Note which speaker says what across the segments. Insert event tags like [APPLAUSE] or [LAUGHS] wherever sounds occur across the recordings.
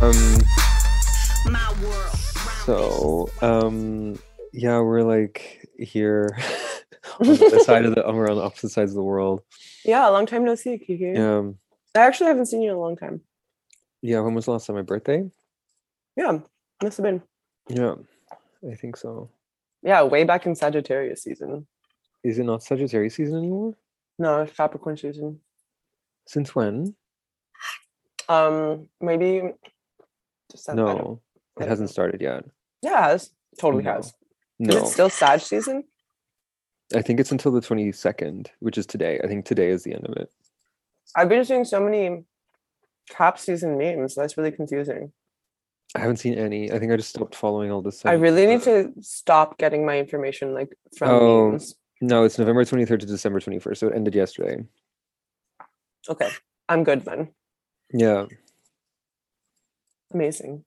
Speaker 1: Um, Um, yeah, we're like here [LAUGHS] on the side of the, um, we're on opposite sides of the world.
Speaker 2: [LAUGHS] Yeah, long time no see, Kiki.
Speaker 1: Um,
Speaker 2: I actually haven't seen you in a long time.
Speaker 1: yeah, when was the last time? My birthday?
Speaker 2: Yeah, must have been.
Speaker 1: Yeah, I think so.
Speaker 2: Yeah, way back in Sagittarius season.
Speaker 1: Is it not Sagittarius season anymore?
Speaker 2: No, it's Capricorn season.
Speaker 1: Since when?
Speaker 2: Um, maybe. Just I don't-
Speaker 1: No,
Speaker 2: I
Speaker 1: it
Speaker 2: don't
Speaker 1: hasn't
Speaker 2: know.
Speaker 1: started yet.
Speaker 2: Yeah, it has. totally
Speaker 1: No,
Speaker 2: has. Is
Speaker 1: No,
Speaker 2: it still Sag season?
Speaker 1: I think it's until the 22nd, which is today. I think today is the end of it.
Speaker 2: I've been seeing so many Cap season memes. That's really confusing.
Speaker 1: I haven't seen any. I think I just stopped following all this.
Speaker 2: I really need to stop getting my information like from
Speaker 1: Oh.
Speaker 2: memes.
Speaker 1: No, it's November 23rd to December 21st, so it ended yesterday.
Speaker 2: Okay, I'm good then.
Speaker 1: Yeah,
Speaker 2: Amazing.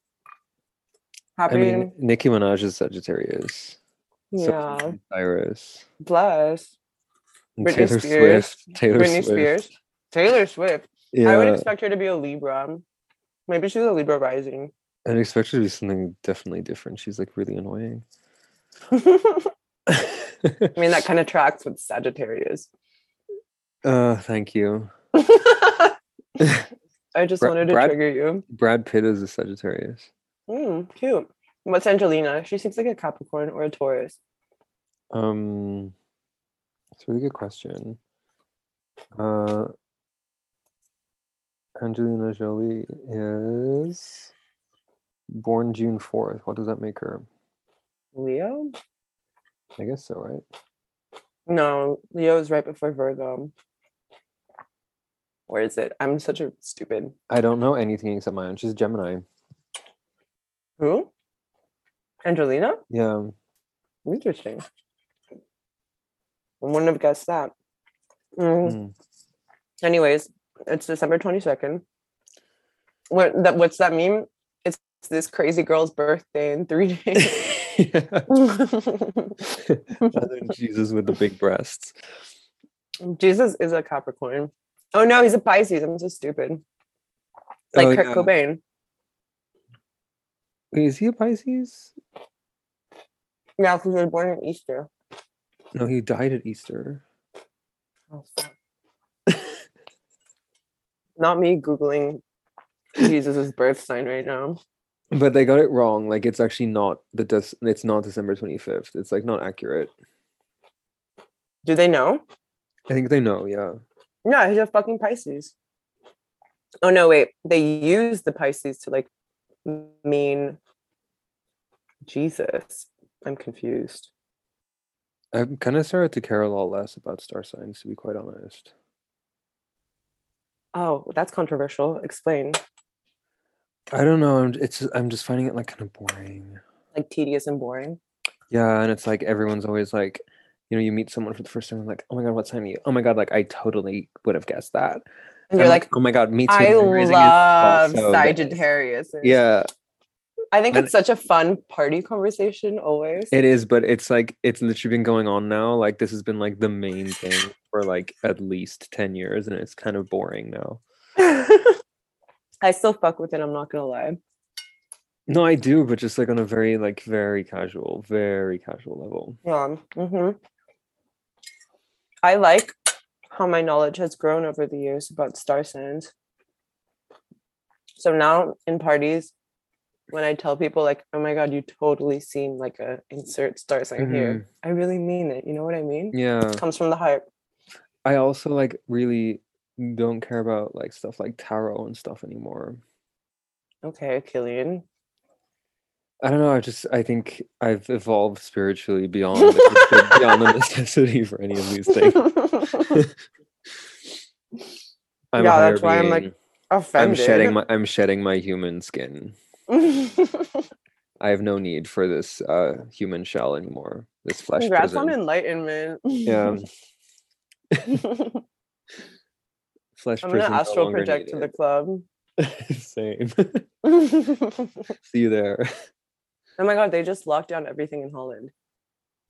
Speaker 1: I
Speaker 2: Happy.
Speaker 1: mean, Nicki Minaj is Sagittarius. So
Speaker 2: yeah.
Speaker 1: Miley Cyrus,
Speaker 2: Bless.
Speaker 1: and
Speaker 2: Britney
Speaker 1: Taylor
Speaker 2: Spears,
Speaker 1: Swift, Taylor
Speaker 2: Britney
Speaker 1: Swift.
Speaker 2: Spears. Taylor Swift.
Speaker 1: Yeah,
Speaker 2: I would expect her to be a Libra. Maybe she's a Libra rising. [LAUGHS]
Speaker 1: I'd expect her to be something definitely different. She's like really
Speaker 2: [LAUGHS]
Speaker 1: annoying. [LAUGHS]
Speaker 2: I mean, that kind of tracks
Speaker 1: [LAUGHS]
Speaker 2: with Sagittarius.
Speaker 1: uh, thank you.
Speaker 2: I just
Speaker 1: Bra-
Speaker 2: wanted to
Speaker 1: Brad-
Speaker 2: trigger you.
Speaker 1: Brad Pitt is a Sagittarius.
Speaker 2: Mm, cute. What's Angelina? She seems like a Capricorn or a Taurus.
Speaker 1: Um, it's a really good question. Uh, Angelina Jolie is born June fourth. What does that make her?
Speaker 2: Leo?
Speaker 1: I guess so, right?
Speaker 2: No, Leo is right before Virgo. Where is it? I'm such a stupid.
Speaker 1: I don't know anything except my own. She's Gemini.
Speaker 2: Who? Angelina?
Speaker 1: Yeah.
Speaker 2: Interesting. I wouldn't have guessed that. Mm,
Speaker 1: [LAUGHS] mm.
Speaker 2: Anyways, it's December 22nd. What that what's that meme? It's this crazy girl's birthday in three [LAUGHS]
Speaker 1: [LAUGHS]
Speaker 2: days.
Speaker 1: Yeah. Other than Jesus with the big breasts.
Speaker 2: Jesus is a Capricorn. Oh no, he's a Pisces. I'm so stupid. Like
Speaker 1: Oh,
Speaker 2: Kurt
Speaker 1: yeah.
Speaker 2: Cobain.
Speaker 1: Wait, is he a Pisces?
Speaker 2: Yeah, because he was born at Easter.
Speaker 1: No, he died at Easter.
Speaker 2: Oh, fuck. [LAUGHS] Not me googling Jesus' birth sign right now.
Speaker 1: But they got it wrong. Like it's actually not the des- it's not December 25th. It's like not accurate.
Speaker 2: Do they know?
Speaker 1: I think they know, yeah.
Speaker 2: No, he's a fucking Pisces. Oh no, wait. They use the Pisces to like m- mean Jesus. I'm confused.
Speaker 1: i am kind of started to care a lot less about star signs, to be quite honest.
Speaker 2: Oh, that's controversial. Explain.
Speaker 1: I don't know. I'm it's I'm just finding it like kind of boring.
Speaker 2: Like tedious and boring.
Speaker 1: Yeah, and it's like everyone's always like, you know, you meet someone for the first time, like, oh my god, what sign are you? Oh my god, like I totally would have guessed that.
Speaker 2: And you're
Speaker 1: I'm
Speaker 2: like,
Speaker 1: oh my god, me [LAUGHS] too.
Speaker 2: I
Speaker 1: Moon rising is
Speaker 2: love
Speaker 1: also this."
Speaker 2: Sagittarius. And
Speaker 1: Yeah,
Speaker 2: I think
Speaker 1: and-
Speaker 2: it's such a fun party conversation always. [LAUGHS]
Speaker 1: it is, but it's like it's literally been going on now. Like this has been like the main thing for like at least ten years, and it's kind of boring now.
Speaker 2: I still fuck with it, I'm not gonna lie.
Speaker 1: No, I do, but just like on a very like very casual, very casual level.
Speaker 2: Yeah. hmm I like how my knowledge has grown over the years about star signs. So now in parties, when I tell people like, "Oh my god, you totally seem like a insert star sign here," I really mean it. You know what I mean?
Speaker 1: Mm-hmm. Yeah,
Speaker 2: It comes from the heart.
Speaker 1: I also like really don't care about like stuff like tarot and stuff anymore.
Speaker 2: Okay, Killian.
Speaker 1: I don't know. I just I think I've evolved spiritually beyond the,
Speaker 2: [LAUGHS]
Speaker 1: beyond the necessity for any of these things. I'm a
Speaker 2: Yeah,
Speaker 1: higher
Speaker 2: that's why I'm, like,
Speaker 1: being. I'm
Speaker 2: Offended.
Speaker 1: shedding
Speaker 2: [LAUGHS]
Speaker 1: my I'm shedding my human skin. I have no need for this uh human shell anymore. This flesh
Speaker 2: Congrats on
Speaker 1: prison.
Speaker 2: enlightenment.
Speaker 1: Yeah,
Speaker 2: [LAUGHS] I'm
Speaker 1: flesh
Speaker 2: gonna
Speaker 1: prison.
Speaker 2: astral project to the club.
Speaker 1: the [LAUGHS] same.
Speaker 2: [LAUGHS] oh
Speaker 1: See you there.
Speaker 2: my god, they just locked down everything in Holland.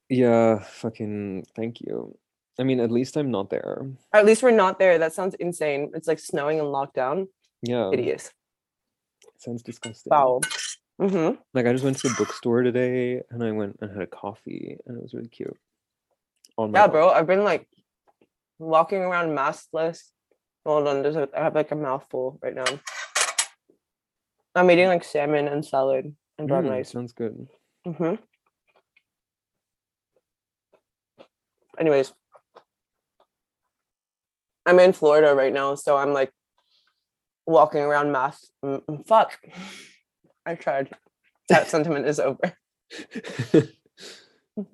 Speaker 1: Yeah, fucking thank you. I mean, at least I'm not there.
Speaker 2: At least we're not there. That sounds
Speaker 1: Um,
Speaker 2: insane. It's like snowing and lockdown.
Speaker 1: Yeah,
Speaker 2: Hideous.
Speaker 1: sounds disgusting.
Speaker 2: Foul. hmm
Speaker 1: Like I just went to the bookstore today and I went and had a coffee and it was really cute. On my
Speaker 2: Yeah,
Speaker 1: walk.
Speaker 2: bro. I've been like walking around maskless. Hold on, there's a, I have like a mouthful right now. I'm eating like salmon and salad and brown
Speaker 1: Mm,
Speaker 2: rice.
Speaker 1: Sounds
Speaker 2: [LAUGHS]
Speaker 1: good. [LAUGHS]
Speaker 2: hmm Anyways, I'm in Florida right now, so I'm like walking around mass. mm, mm, Fuck, [LAUGHS] I tried. That sentiment is over. [LAUGHS]
Speaker 1: you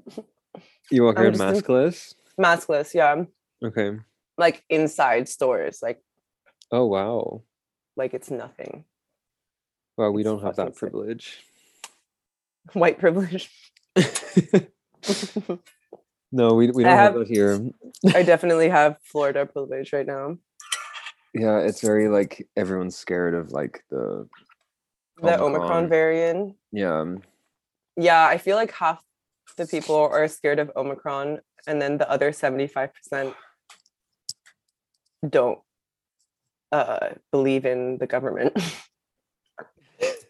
Speaker 1: walk
Speaker 2: I'm
Speaker 1: around
Speaker 2: just in-
Speaker 1: maskless?
Speaker 2: Maskless, yeah.
Speaker 1: Okay.
Speaker 2: Like inside stores, like
Speaker 1: Oh wow.
Speaker 2: like it's nothing. [LAUGHS]
Speaker 1: Wow, we
Speaker 2: It's
Speaker 1: don't have that
Speaker 2: fucking sick.
Speaker 1: privilege.
Speaker 2: White privilege. [LAUGHS]
Speaker 1: [LAUGHS] no, we, we
Speaker 2: I
Speaker 1: don't have,
Speaker 2: have-
Speaker 1: that here.
Speaker 2: I definitely have Florida privilege right now.
Speaker 1: Yeah, it's very like everyone's scared of like the
Speaker 2: The Omicron,
Speaker 1: Omicron.
Speaker 2: variant.
Speaker 1: yeah. um,
Speaker 2: Yeah, I feel like half the people are scared of Omicron, and then the other 75% don't uh, believe in the government.
Speaker 1: [LAUGHS]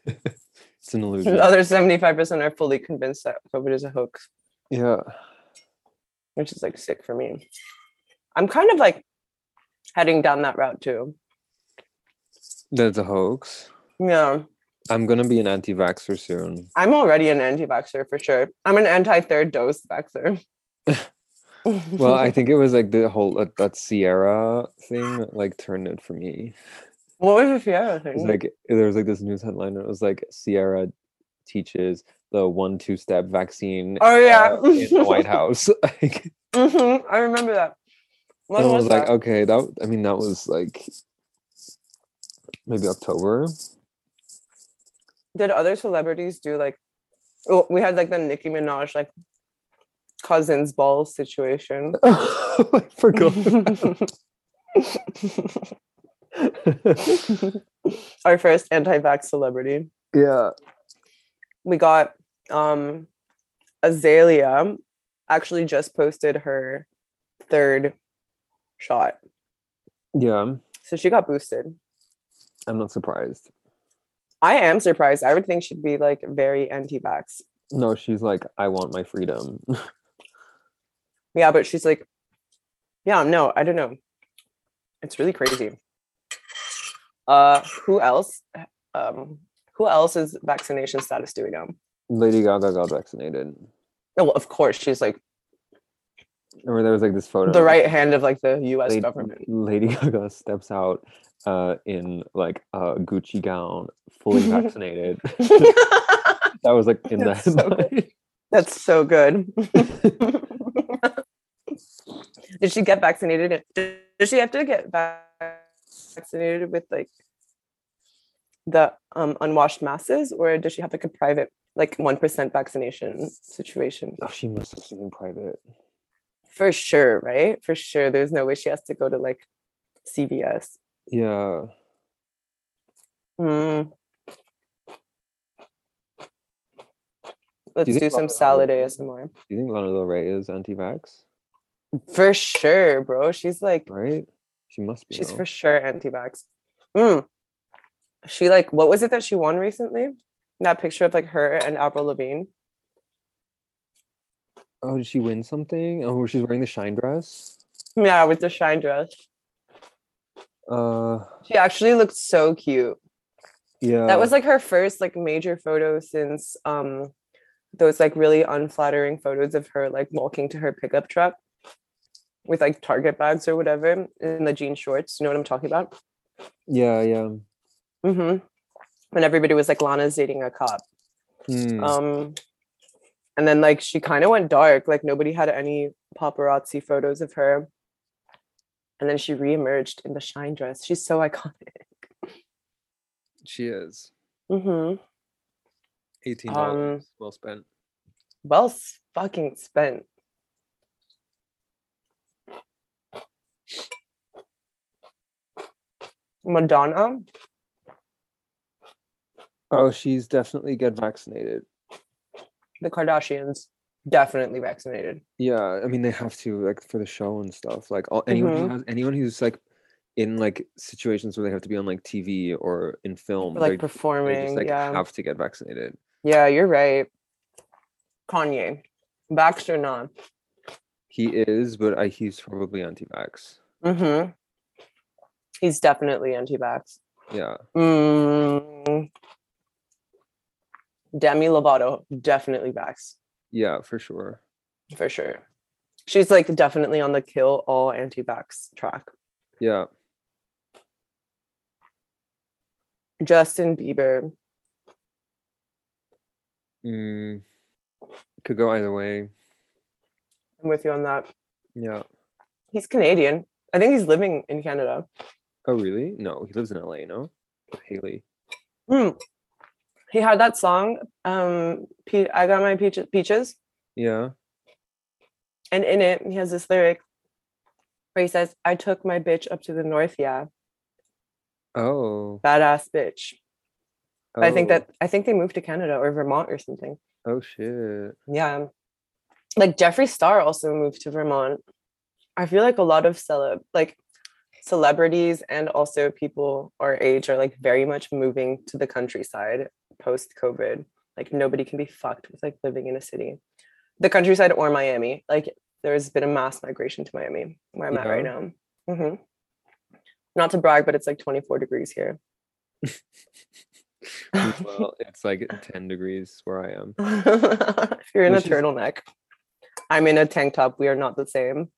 Speaker 2: [LAUGHS]
Speaker 1: It's an illusion.
Speaker 2: the other 75% are fully convinced that COVID is a hoax,
Speaker 1: yeah.
Speaker 2: which is like sick for me. I'm kind of like heading down that route too.
Speaker 1: That's a hoax.
Speaker 2: Yeah.
Speaker 1: I'm gonna be an anti vaxxer soon.
Speaker 2: I'm already an anti vaxxer for sure. I'm an anti third dose vaxxer.
Speaker 1: [LAUGHS]
Speaker 2: [LAUGHS]
Speaker 1: Well, [LAUGHS] I think it was like the whole uh, that Sierra thing that like turned it for me.
Speaker 2: what was the Fiera
Speaker 1: It was
Speaker 2: thing?
Speaker 1: like there was like this news headline and it was like Sierra teaches the one two step vaccine
Speaker 2: oh yeah,
Speaker 1: uh, in the [LAUGHS] White House. like,
Speaker 2: Mhm, I remember that. When
Speaker 1: and I was
Speaker 2: was
Speaker 1: like,
Speaker 2: that?
Speaker 1: okay, that I mean that was like maybe
Speaker 2: [LAUGHS]
Speaker 1: October.
Speaker 2: Did other celebrities do like? Oh, we had like the Nicki Minaj like cousins ball situation.
Speaker 1: I forgot.
Speaker 2: [LAUGHS] Our first anti-vax celebrity.
Speaker 1: yeah.
Speaker 2: we got um Azalea actually just posted her third shot.
Speaker 1: Yeah.
Speaker 2: So she got boosted.
Speaker 1: I'm not surprised.
Speaker 2: I am surprised. I would think she'd be like very anti-vax.
Speaker 1: No, she's like, I want my freedom. [LAUGHS]
Speaker 2: Yeah, but she's like, yeah, no, I don't know. It's really crazy. Uh who else? Um who else is vaccination status do we know?
Speaker 1: Lady Gaga got vaccinated.
Speaker 2: Oh, well, of course, she's like
Speaker 1: Or there was like this photo. of,
Speaker 2: the right hand of like the US
Speaker 1: Lady, [LAUGHS]
Speaker 2: government. [LAUGHS]
Speaker 1: Lady Gaga steps out uh, in like a Gucci gown,
Speaker 2: [LAUGHS]
Speaker 1: fully vaccinated. [LAUGHS] that was like in the
Speaker 2: That's so good.
Speaker 1: headline.
Speaker 2: That's so good. Did she get vaccinated? Did she have to get vac- vaccinated with like the um, unwashed masses, or does she have like a private, like one percent vaccination situation?
Speaker 1: [LAUGHS] oh, she must have been private.
Speaker 2: For sure, right? For sure. There's no way she has to go to like CVS.
Speaker 1: Yeah.
Speaker 2: Mm. Let's
Speaker 1: think
Speaker 2: do
Speaker 1: about
Speaker 2: some
Speaker 1: it, how
Speaker 2: salad
Speaker 1: would you-
Speaker 2: ASMR.
Speaker 1: Do you think Lana Del Rey is anti vax?
Speaker 2: For sure, bro. She's like
Speaker 1: Right? She must be.
Speaker 2: She's
Speaker 1: no?
Speaker 2: for sure anti-vax. Mm. She like what was it that she won recently? That picture of like her and Avril Lavigne.
Speaker 1: Oh, did she win something? Oh, she's wearing the shine dress.
Speaker 2: Yeah, with the shine dress.
Speaker 1: Uh,
Speaker 2: She actually looked so cute.
Speaker 1: yeah.
Speaker 2: that was like her first like major photo since um those like really unflattering photos of her like walking to her pickup truck with like Target bags or whatever in the jean shorts. You know what I'm talking about?
Speaker 1: yeah, yeah.
Speaker 2: Mm-hmm. When everybody was like Lana's dating a cop.
Speaker 1: Hmm.
Speaker 2: Um, and then like she kind of went dark. Like nobody had any paparazzi photos of her. And then she reemerged in the shine dress. She's so iconic.
Speaker 1: she is
Speaker 2: [LAUGHS] Mm-hmm.
Speaker 1: eighteen
Speaker 2: Um,
Speaker 1: well spent.
Speaker 2: Well s- fucking spent. Madonna.
Speaker 1: Oh, she's definitely get vaccinated.
Speaker 2: The Kardashians definitely vaccinated.
Speaker 1: Yeah, I mean they have to like for the show and stuff. Like all, anyone who
Speaker 2: Mhm.
Speaker 1: has anyone who's like in like situations where they have to be on like TV or in film,
Speaker 2: Or,
Speaker 1: they just,
Speaker 2: like performing.
Speaker 1: just like
Speaker 2: yeah.
Speaker 1: have to get vaccinated.
Speaker 2: Yeah, you're right. Kanye. Vaxxed or not.
Speaker 1: He is, but I, he's probably anti-vax.
Speaker 2: Mm-hmm. He's definitely anti-vax.
Speaker 1: Yeah,
Speaker 2: Mm. Demi Lovato, definitely vax
Speaker 1: yeah, for sure.
Speaker 2: for sure. She's like definitely on the kill all anti-vax track.
Speaker 1: Yeah,
Speaker 2: Justin Bieber.
Speaker 1: mm, could go either way.
Speaker 2: I'm with you on that.
Speaker 1: Yeah.
Speaker 2: He's Canadian. I think he's living in Canada.
Speaker 1: Oh, really? No, he lives in LA. No, Haley.
Speaker 2: Hmm. He had that song, um, Pe- I Got My Peaches, Peaches.
Speaker 1: Yeah.
Speaker 2: And in it, he has this lyric where he says, I took my bitch up to the north, yeah.
Speaker 1: Oh,
Speaker 2: Badass bitch. But I think
Speaker 1: oh,
Speaker 2: that I think they moved to Canada or Vermont or something.
Speaker 1: Oh shit.
Speaker 2: Yeah. Like Jeffree Star also moved to Vermont. I feel like a lot of celeb like celebrities and also people our age are like very much moving to the countryside post COVID. Like nobody can be fucked with like living in a city. The countryside or Miami. Like there's been a mass migration to Miami where I'm at right now. Mhm. Not to brag, but it's like 24 degrees here. [LAUGHS]
Speaker 1: Well, it's like 10 degrees where I am.
Speaker 2: [LAUGHS] if you're in
Speaker 1: Which
Speaker 2: a
Speaker 1: is-
Speaker 2: turtleneck, I'm in a tank top. We are not
Speaker 1: [LAUGHS]
Speaker 2: the same.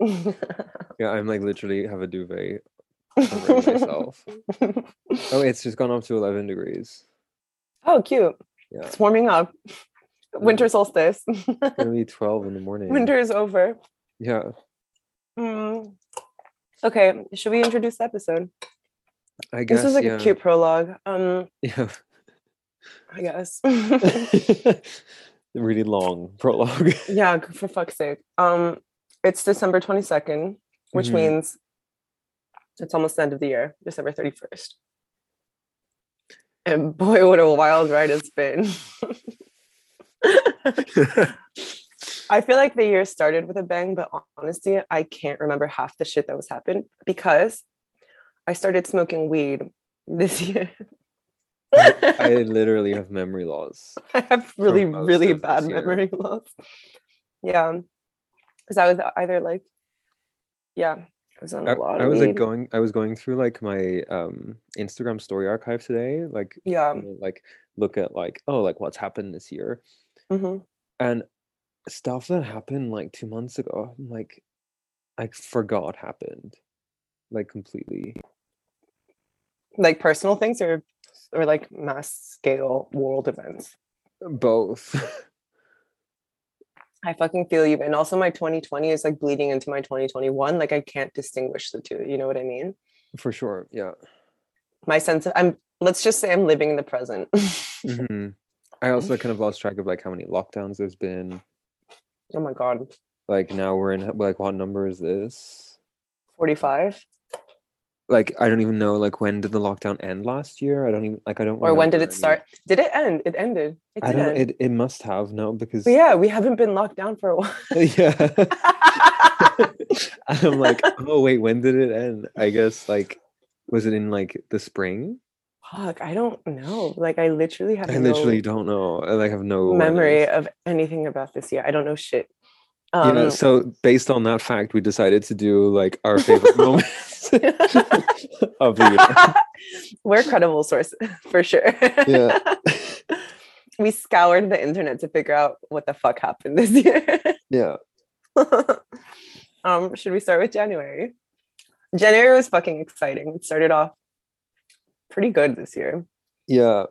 Speaker 2: [LAUGHS]
Speaker 1: Yeah, I'm like literally have a duvet over
Speaker 2: oh, [LAUGHS]
Speaker 1: myself. Oh, it's just gone up to 11 degrees.
Speaker 2: Oh, cute.
Speaker 1: Yeah.
Speaker 2: It's warming up. Winter solstice. [LAUGHS]
Speaker 1: It's gonna be 12 in the morning.
Speaker 2: Winter is over.
Speaker 1: Yeah.
Speaker 2: Mm. Okay, should we introduce the episode?
Speaker 1: I guess.
Speaker 2: This was like
Speaker 1: yeah.
Speaker 2: a cute prologue. Um,
Speaker 1: Yeah.
Speaker 2: I guess. [LAUGHS]
Speaker 1: [LAUGHS] really long prologue. [LAUGHS]
Speaker 2: yeah, g- for fuck's sake. Um, it's December 22nd, which
Speaker 1: Mhm.
Speaker 2: means it's almost the end of the year, December 31st. And boy, what a wild ride it's been. [LAUGHS] I feel like the year started with a bang, but hon- honestly, I can't remember half the shit that was happened because I started smoking weed this [LAUGHS] year.
Speaker 1: I literally have memory loss.
Speaker 2: [LAUGHS] I have really,
Speaker 1: most
Speaker 2: really
Speaker 1: of this
Speaker 2: bad
Speaker 1: year.
Speaker 2: memory [LAUGHS] loss. Yeah. Because I was either like, yeah, I was on
Speaker 1: I,
Speaker 2: a lot
Speaker 1: I
Speaker 2: of
Speaker 1: was
Speaker 2: weed.
Speaker 1: like going I was going through like my um Instagram story archive today, like
Speaker 2: yeah.
Speaker 1: you know, like look at like oh like what's happened this year
Speaker 2: hmm
Speaker 1: and stuff that happened like two months ago I'm like I forgot happened like completely
Speaker 2: Like personal things or or like mass scale world events.
Speaker 1: both [LAUGHS]
Speaker 2: I fucking feel you. And also my 2020 is like bleeding into my 2021. Like I can't distinguish the two. You know what I mean?
Speaker 1: for sure yeah
Speaker 2: My sense of I'm let's just say I'm living in the present. [LAUGHS] Oh
Speaker 1: Mhm. I also kind of lost track of like how many lockdowns there's been
Speaker 2: oh my god.
Speaker 1: like now we're in like what number is this
Speaker 2: 45?
Speaker 1: like I don't even know like when did the lockdown end last year I don't even like I don't
Speaker 2: Or when did
Speaker 1: remember
Speaker 2: it
Speaker 1: any-
Speaker 2: start? Did it end? It ended. It
Speaker 1: I
Speaker 2: did
Speaker 1: don't know
Speaker 2: end.
Speaker 1: it, it must have no because
Speaker 2: But yeah, we haven't been locked down for a while.
Speaker 1: [LAUGHS]
Speaker 2: [LAUGHS]
Speaker 1: yeah [LAUGHS] And I'm like, oh wait, when did it end? I guess like, was it in like the spring?
Speaker 2: Fuck, I don't know. Like I literally have
Speaker 1: I
Speaker 2: no
Speaker 1: literally don't know. I like have no when it
Speaker 2: memory
Speaker 1: is.
Speaker 2: of anything about this year. I don't know shit.
Speaker 1: Yeah,
Speaker 2: Um,
Speaker 1: [LAUGHS] so based on that fact, we decided to do like our favorite moments [LAUGHS] of
Speaker 2: [LAUGHS]
Speaker 1: the
Speaker 2: We're credible sources [LAUGHS] for sure.
Speaker 1: Yeah.
Speaker 2: [LAUGHS] we scoured the internet to figure out what the fuck happened this year. [LAUGHS]
Speaker 1: year.
Speaker 2: um, should we start with January? January was fucking exciting. It started off pretty good this year.
Speaker 1: Yeah,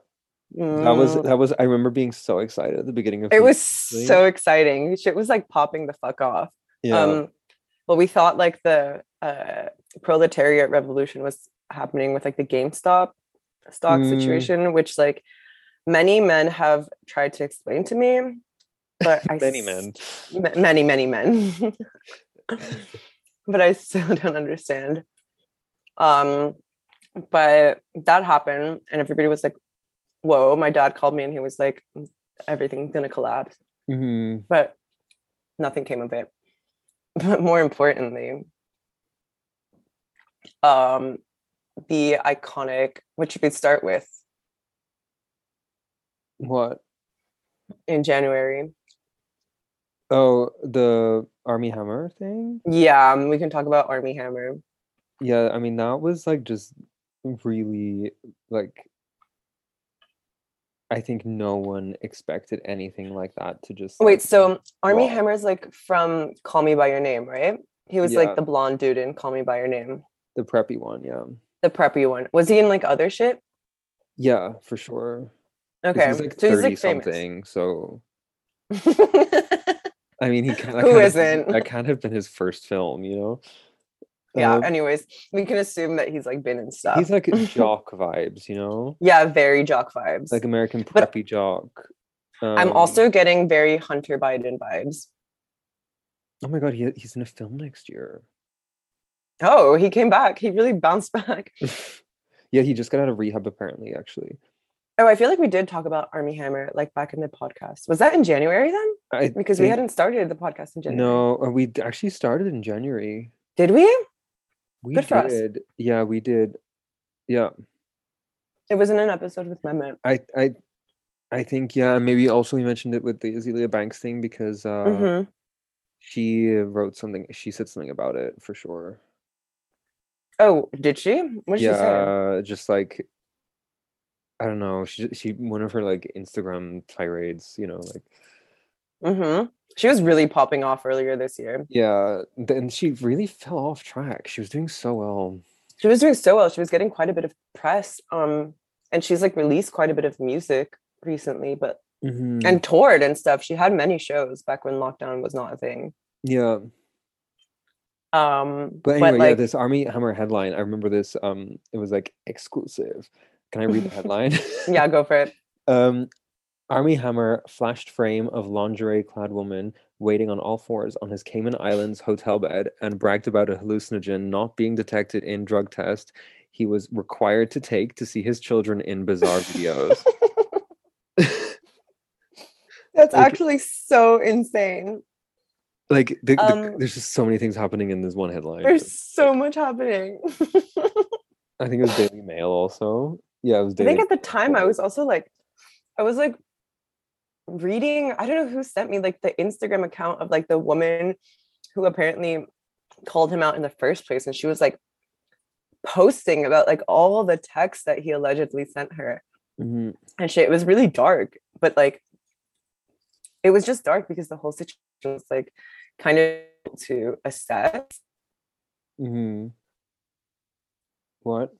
Speaker 1: yeah. That was
Speaker 2: Mm,
Speaker 1: that was. I remember being so excited at the beginning of
Speaker 2: it
Speaker 1: the-
Speaker 2: was
Speaker 1: really?
Speaker 2: so exciting. Shit was like popping the fuck off.
Speaker 1: Yeah,
Speaker 2: Um, well, we thought like the uh, proletariat revolution was happening with like the GameStop stock
Speaker 1: Mm.
Speaker 2: situation, which like many men have tried to explain to me,
Speaker 1: [LAUGHS]
Speaker 2: but I
Speaker 1: many
Speaker 2: s-
Speaker 1: men.
Speaker 2: ma- many many
Speaker 1: [LAUGHS]
Speaker 2: men, but I still don't understand. Um, but that happened, and everybody was like, "Whoa!" My dad called me, and he was like, "Everything's gonna collapse."
Speaker 1: Mhm.
Speaker 2: but [LAUGHS] nothing came of it. But more importantly, um the iconic which you could start with
Speaker 1: What?
Speaker 2: in January.
Speaker 1: Oh, the Army Hammer thing?
Speaker 2: Yeah, um, we can talk about Army Hammer.
Speaker 1: Yeah, I mean that was like just really like I think no one expected anything like that to just
Speaker 2: Wait,
Speaker 1: like,
Speaker 2: so Army
Speaker 1: Wow.
Speaker 2: Hammer's like from Call Me by Your Name, right? He was
Speaker 1: Yeah.
Speaker 2: like the blonde dude in Call Me by Your Name,
Speaker 1: the preppy one, yeah.
Speaker 2: the preppy one. Was he in like other shit?
Speaker 1: Yeah, for sure. 'Cause
Speaker 2: Okay,
Speaker 1: He's like 30
Speaker 2: so he's like famous.
Speaker 1: something, so I mean he
Speaker 2: [LAUGHS]
Speaker 1: kind that
Speaker 2: Who
Speaker 1: kind of-
Speaker 2: isn't?
Speaker 1: that can't have been his first film, you know?
Speaker 2: [LAUGHS] yeah.
Speaker 1: Um,
Speaker 2: Anyways, we can assume that he's like been in stuff.
Speaker 1: he's like jock vibes, you know?
Speaker 2: yeah, very jock vibes.
Speaker 1: Like American
Speaker 2: But-
Speaker 1: preppy jock.
Speaker 2: I'm
Speaker 1: Um,
Speaker 2: also getting very Hunter Biden vibes.
Speaker 1: Oh my god, he, he's in a film next year. [LAUGHS]
Speaker 2: Oh, he came back. He really bounced [LAUGHS] back.
Speaker 1: yeah, he just got out of rehab apparently, actually.
Speaker 2: Oh, I feel like we did talk about Army Hammer like back in the podcast. Was that in January then?
Speaker 1: I
Speaker 2: Because we
Speaker 1: think-
Speaker 2: hadn't started the podcast in January.
Speaker 1: No, uh, we d- actually started in January.
Speaker 2: Did we?
Speaker 1: We
Speaker 2: Good for us.
Speaker 1: did. Yeah, we did. Yeah.
Speaker 2: It was in an episode with Mehmet.
Speaker 1: I I I think yeah, and maybe also we mentioned it with the Azealia Banks thing because uh
Speaker 2: Mhm.
Speaker 1: she wrote something she said something about it for sure.
Speaker 2: Oh, did she? What did she say?
Speaker 1: yeah, just like I don't know. She she one of her like Instagram tirades, you know, like
Speaker 2: hmm She was really popping off earlier this year.
Speaker 1: yeah, then she really fell off track. She was doing so well.
Speaker 2: She was doing so well. She was getting quite a bit of press. Um, and she's like released quite a bit of music recently, but
Speaker 1: Mhm.
Speaker 2: and toured and stuff. She had many shows back when lockdown was not a thing.
Speaker 1: yeah,
Speaker 2: Um,
Speaker 1: But anyway, yeah,
Speaker 2: like,
Speaker 1: this Army Hammer headline. I remember this. Um, it was like exclusive. Can I read
Speaker 2: [LAUGHS]
Speaker 1: the headline?
Speaker 2: yeah, go for it.
Speaker 1: [LAUGHS] Um, Army Hammer flashed frame of lingerie-clad woman waiting on all fours on his Cayman Islands hotel bed and bragged about a hallucinogen not being detected in drug test he was required to take to see his children in bizarre videos.
Speaker 2: [LAUGHS]
Speaker 1: [LAUGHS] Like-
Speaker 2: That's actually so insane.
Speaker 1: like the, the-
Speaker 2: Um,
Speaker 1: there's just so many things happening in this one headline.
Speaker 2: There's so much happening. [LAUGHS]
Speaker 1: I think it was Daily Mail also. Yeah, it was
Speaker 2: I
Speaker 1: Daily.
Speaker 2: think at the time I
Speaker 1: Totally.
Speaker 2: was also like, I was like reading, I don't know who sent me like the Instagram account of like the woman who apparently called him out in the first place. And she was like posting about like all the texts that he allegedly sent her.
Speaker 1: Mhm.
Speaker 2: And shit, it was really dark, but like it was just dark because the whole situation was like kind of to assess.
Speaker 1: Mm-hmm. What?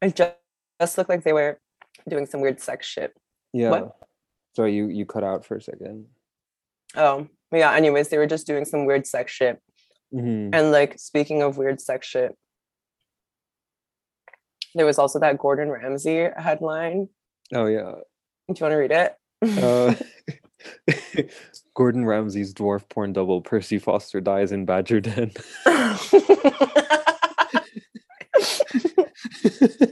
Speaker 2: It just, just looked like they were doing some weird sex shit.
Speaker 1: Yeah. Sorry, you you cut out for a 2nd
Speaker 2: Oh, yeah. Anyways, they were just doing some weird sex shit.
Speaker 1: Mm-hmm.
Speaker 2: And like speaking of weird sex shit, there was also that Gordon Ramsay headline.
Speaker 1: Oh yeah.
Speaker 2: Do you want to read it?
Speaker 1: Uh, [LAUGHS] Gordon Ramsay's dwarf porn double Percy Foster dies in Badger Den. [LAUGHS]
Speaker 2: [LAUGHS]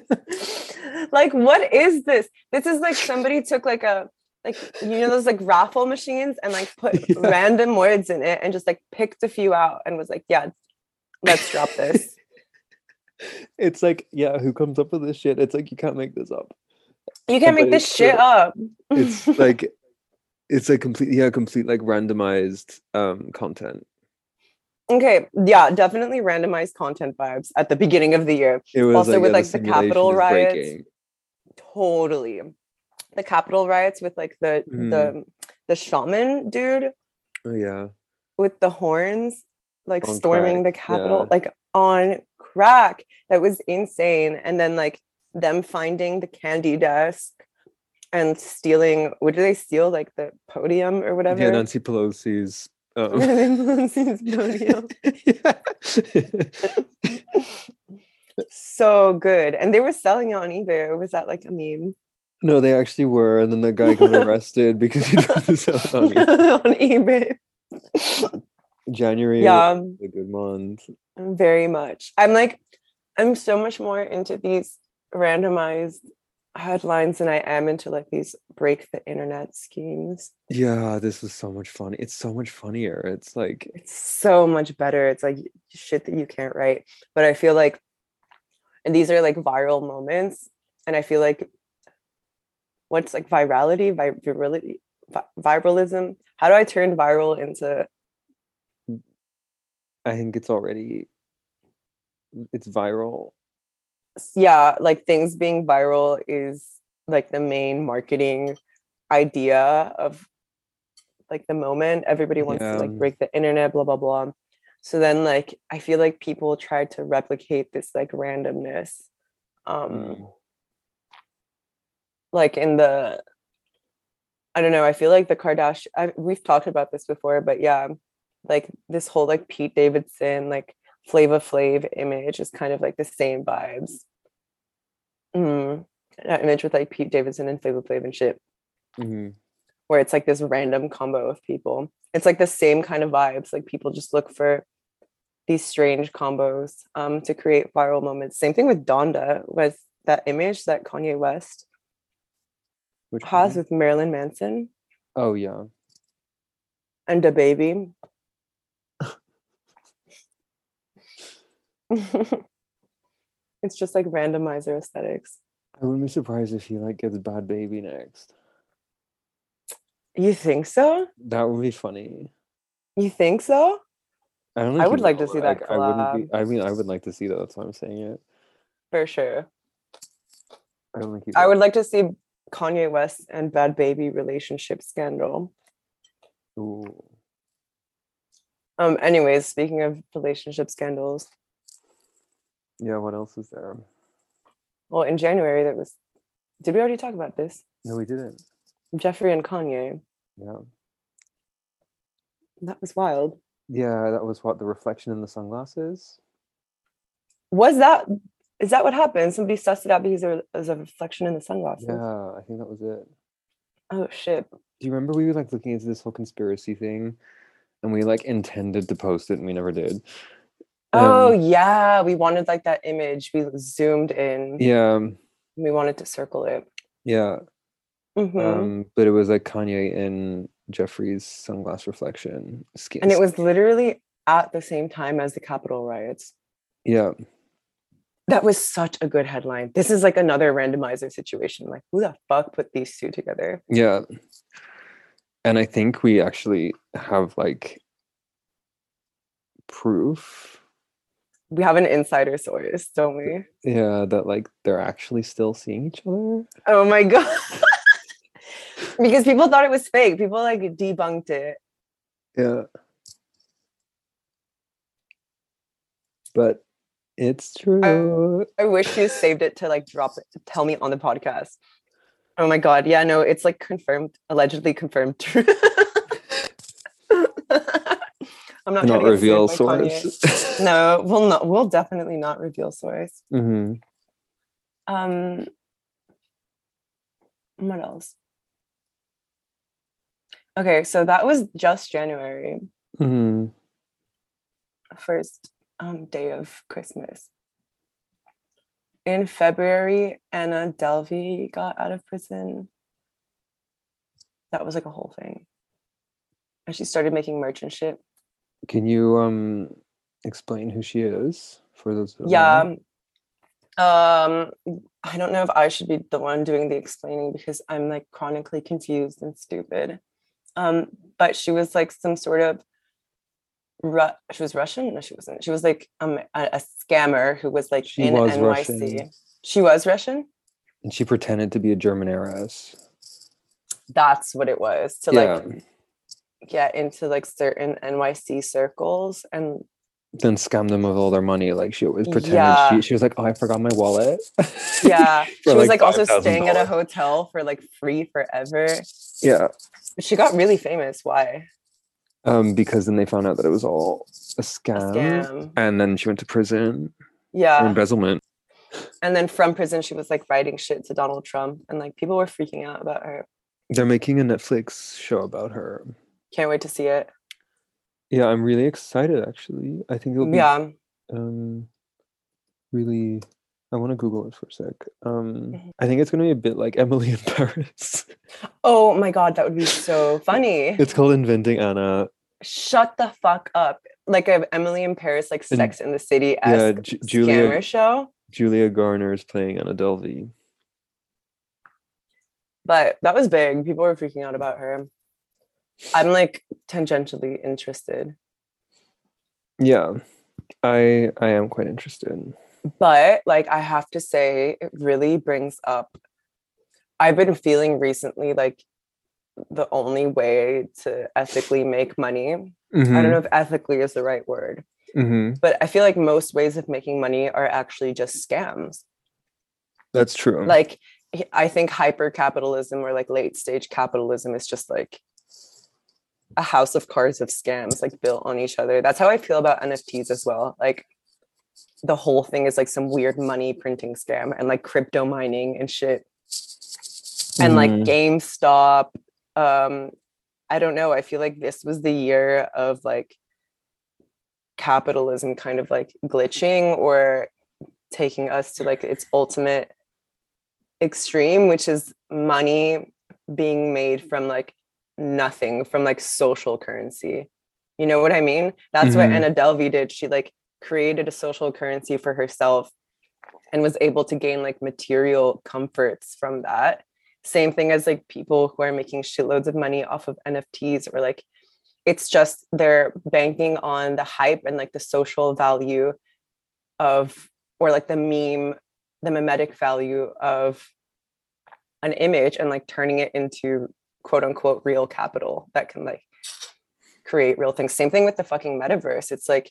Speaker 2: like, what is this? This is like somebody took like a like you know those like raffle machines and like
Speaker 1: [LAUGHS]
Speaker 2: put
Speaker 1: Yeah.
Speaker 2: random words in it and just like picked a few out and was like, yeah, let's drop this.
Speaker 1: it's like, yeah, who comes up with this shit? It's like you can't make this up.
Speaker 2: You can't make
Speaker 1: Somebody
Speaker 2: this shit
Speaker 1: took-
Speaker 2: up. [LAUGHS]
Speaker 1: It's like it's like complete yeah, complete like randomized um content.
Speaker 2: Okay, yeah, definitely randomized content vibes at the beginning of the year.
Speaker 1: It was
Speaker 2: Also with,
Speaker 1: yeah,
Speaker 2: like, the
Speaker 1: simulation
Speaker 2: Capitol
Speaker 1: is
Speaker 2: riots.
Speaker 1: breaking.
Speaker 2: Totally. The Capitol riots with like the
Speaker 1: Mm.
Speaker 2: the the shaman dude
Speaker 1: Oh yeah.
Speaker 2: with the horns like
Speaker 1: On
Speaker 2: storming the
Speaker 1: crack,
Speaker 2: Capitol
Speaker 1: yeah.
Speaker 2: like on crack. That was insane. And then like them finding the candy desk and stealing what do they steal like the podium or whatever? [LAUGHS]
Speaker 1: Yeah, Nancy Pelosi's um, [LAUGHS]
Speaker 2: podium.
Speaker 1: yeah.
Speaker 2: so good. And they were selling it on eBay. Or was that like a meme?
Speaker 1: No, they actually were, and then the guy
Speaker 2: [LAUGHS]
Speaker 1: got arrested because he dropped his cell phone.
Speaker 2: on eBay.
Speaker 1: January
Speaker 2: yeah, um,
Speaker 1: was a good month.
Speaker 2: very much. I'm like, I'm so much more into these randomized headlines and I am into like these break the internet schemes.
Speaker 1: Yeah, this was so much fun. It's so much funnier. It's like
Speaker 2: It's so much better. It's like shit that you can't write. But I feel like, and these are like viral moments. And I feel like what's like virality, vi- virality, vi- viralism? How do I turn viral into
Speaker 1: I think it's already it's viral.
Speaker 2: yeah, like things being viral is like the main marketing idea of like the moment. Everybody wants to
Speaker 1: Yeah.
Speaker 2: like break the internet, blah blah blah. So then like I feel like people try to replicate this like randomness. Um
Speaker 1: Mm.
Speaker 2: like in the I don't know, I feel like the Kardashian I, we've talked about this before, but yeah, like this whole like Pete Davidson, like Flava Flav image is kind of like the same vibes. Mm. That image with like Pete Davidson and Flava Flav and shit,
Speaker 1: Mhm.
Speaker 2: where it's like this random combo of people. It's like the same kind of vibes. Like people just look for these strange combos um, to create viral moments. Same thing with Donda with that image that Kanye West
Speaker 1: Which one?
Speaker 2: has with Marilyn Manson.
Speaker 1: Oh yeah.
Speaker 2: and a baby. [LAUGHS] it's just like randomizer aesthetics.
Speaker 1: I wouldn't be surprised if he like gets Bad Baby next.
Speaker 2: You think so?
Speaker 1: That would be funny.
Speaker 2: You think so?
Speaker 1: I don't
Speaker 2: I
Speaker 1: think he
Speaker 2: would like to
Speaker 1: will,
Speaker 2: see that
Speaker 1: I wouldn't be I mean I would like to see that, that's why I'm saying it.
Speaker 2: For sure.
Speaker 1: I don't think he
Speaker 2: I
Speaker 1: will.
Speaker 2: would like to see Kanye West and Bad Baby relationship scandal.
Speaker 1: Ooh.
Speaker 2: Um, anyways, speaking of relationship scandals,
Speaker 1: Yeah, what else is there?
Speaker 2: well, in January that was did we already talk about this?
Speaker 1: No, we didn't.
Speaker 2: Jeffrey and Kanye.
Speaker 1: Yeah.
Speaker 2: That was wild.
Speaker 1: Yeah, that was what the reflection in the sunglasses.
Speaker 2: Was that is that what happened? Somebody sussed it out because there was a reflection in the sunglasses.
Speaker 1: Yeah, I think that was it.
Speaker 2: Oh shit.
Speaker 1: Do you remember we were like looking into this whole conspiracy thing and we like intended to post it and we never
Speaker 2: [LAUGHS]
Speaker 1: did?
Speaker 2: Oh
Speaker 1: Um,
Speaker 2: yeah, we wanted like that image. We zoomed in.
Speaker 1: yeah. um,
Speaker 2: We wanted to circle it.
Speaker 1: Yeah.
Speaker 2: Mhm.
Speaker 1: Um, but it was like Kanye in Jeffrey's sunglass reflection skin.
Speaker 2: and it was literally at the same time as the Capitol riots.
Speaker 1: yeah.
Speaker 2: That was such a good headline. This is like another randomizer situation. Like, who the fuck put these two together?
Speaker 1: Yeah. And I think we actually have like proof.
Speaker 2: We have an insider source, don't we?
Speaker 1: Yeah, that like they're actually still seeing each other.
Speaker 2: Oh my [LAUGHS] god. because people thought it was fake. People like debunked it.
Speaker 1: Yeah. But it's true.
Speaker 2: I wish you saved it to like drop it to tell me on the podcast. Oh my god, yeah, no, it's like confirmed, allegedly confirmed true. [LAUGHS] I'm not,
Speaker 1: not,
Speaker 2: trying to get sued
Speaker 1: reveal
Speaker 2: by Kanye.
Speaker 1: source. [LAUGHS]
Speaker 2: [LAUGHS] No, we'll not. We'll definitely not reveal source.
Speaker 1: hmm
Speaker 2: Um, what else? Okay, so that was just January
Speaker 1: hmm
Speaker 2: first um, day of Christmas. In February, Anna Delvey got out of prison. That was like a whole thing. And she started making merch and shit.
Speaker 1: Can you um explain who she is for those? that don't know?
Speaker 2: Yeah. Um,
Speaker 1: Mm-hmm.
Speaker 2: I don't know if I should be the one doing the explaining because I'm like chronically confused and stupid. Um, but she was like some sort of Ru- she was Russian? No, she wasn't. She was like um, a, a scammer who was like
Speaker 1: She
Speaker 2: in
Speaker 1: was
Speaker 2: NYC.
Speaker 1: Russian
Speaker 2: She was Russian.
Speaker 1: and she pretended to be a German heiress.
Speaker 2: That's what it was to
Speaker 1: yeah.
Speaker 2: like get into like certain NYC circles and
Speaker 1: Then scam them of all their money. Like she always pretended
Speaker 2: Yeah.
Speaker 1: she, she was like, Oh, I forgot my wallet. [LAUGHS]
Speaker 2: yeah,
Speaker 1: For,
Speaker 2: she was
Speaker 1: like,
Speaker 2: like also
Speaker 1: $5,000.
Speaker 2: staying at a hotel for like free forever.
Speaker 1: yeah.
Speaker 2: But she got really famous. Why?
Speaker 1: Um, because then they found out that it was all a
Speaker 2: A
Speaker 1: scam.
Speaker 2: scam.
Speaker 1: And then she went to prison for
Speaker 2: Yeah.
Speaker 1: embezzlement.
Speaker 2: And then from prison, she was like writing shit to Donald Trump, and like people were freaking out about her.
Speaker 1: They're making a Netflix show about her.
Speaker 2: Can't wait to see it.
Speaker 1: Yeah, I'm really excited actually. I think it'll be
Speaker 2: Yeah.
Speaker 1: um really I want to Google it for a sec.
Speaker 2: Mm-hmm.
Speaker 1: Um, I think it's going to be a bit like [LAUGHS] Emily in
Speaker 2: [LAUGHS]
Speaker 1: Paris.
Speaker 2: Oh my god, that would be so
Speaker 1: [LAUGHS]
Speaker 2: funny.
Speaker 1: it's called Inventing Anna.
Speaker 2: Shut the fuck up. Like a Emily in Paris, like
Speaker 1: And-
Speaker 2: Sex in the City
Speaker 1: Yeah,
Speaker 2: esque
Speaker 1: Ju-
Speaker 2: camera
Speaker 1: Julia
Speaker 2: show.
Speaker 1: Julia Garner is playing Anna Delvey.
Speaker 2: But that was big. People were freaking out about her. I'm like tangentially interested.
Speaker 1: Yeah, I I am quite interested.
Speaker 2: but like i have to say it really brings up i've been feeling recently like the only way to ethically make money
Speaker 1: Mm-hmm,
Speaker 2: i don't know if ethically is the right word
Speaker 1: hmm
Speaker 2: but i feel like most ways of making money are actually just scams
Speaker 1: That's true.
Speaker 2: like h- i think hyper capitalism or like late stage capitalism is just like a house of cards of scams like built on each other that's how i feel about nfts as well like the whole thing is like some weird money printing scam and like crypto mining and shit and like
Speaker 1: Mhm.
Speaker 2: gamestop um i don't know i feel like this was the year of like capitalism kind of like glitching or taking us to like its ultimate extreme, which is money being made from like nothing, from like social currency. You know what I mean? That's what
Speaker 1: Mhm.
Speaker 2: Anna Delvey did. She like created a social currency for herself and was able to gain like material comforts from that. Same thing as like people who are making shitloads of money off of NFTs or like it's just they're banking on the hype and like the social value of or like the meme the mimetic value of an image and like turning it into quote unquote real capital that can like create real things. Same thing with the fucking metaverse. It's like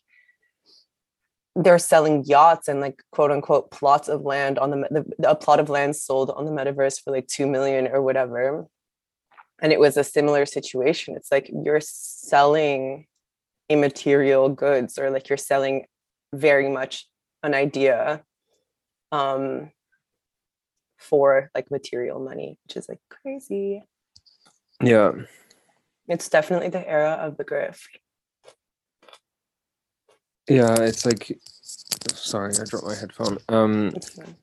Speaker 2: they're selling yachts and like quote unquote plots of land on the, me- the a plot of land sold on the metaverse for like 2 million or whatever. And it was a similar situation. It's like you're selling immaterial goods or like you're selling very much an idea um for like material money, which is like crazy.
Speaker 1: yeah,
Speaker 2: It's definitely the era of the grift.
Speaker 1: yeah. It's like, sorry, I dropped my headphone. Um,
Speaker 2: It's fun.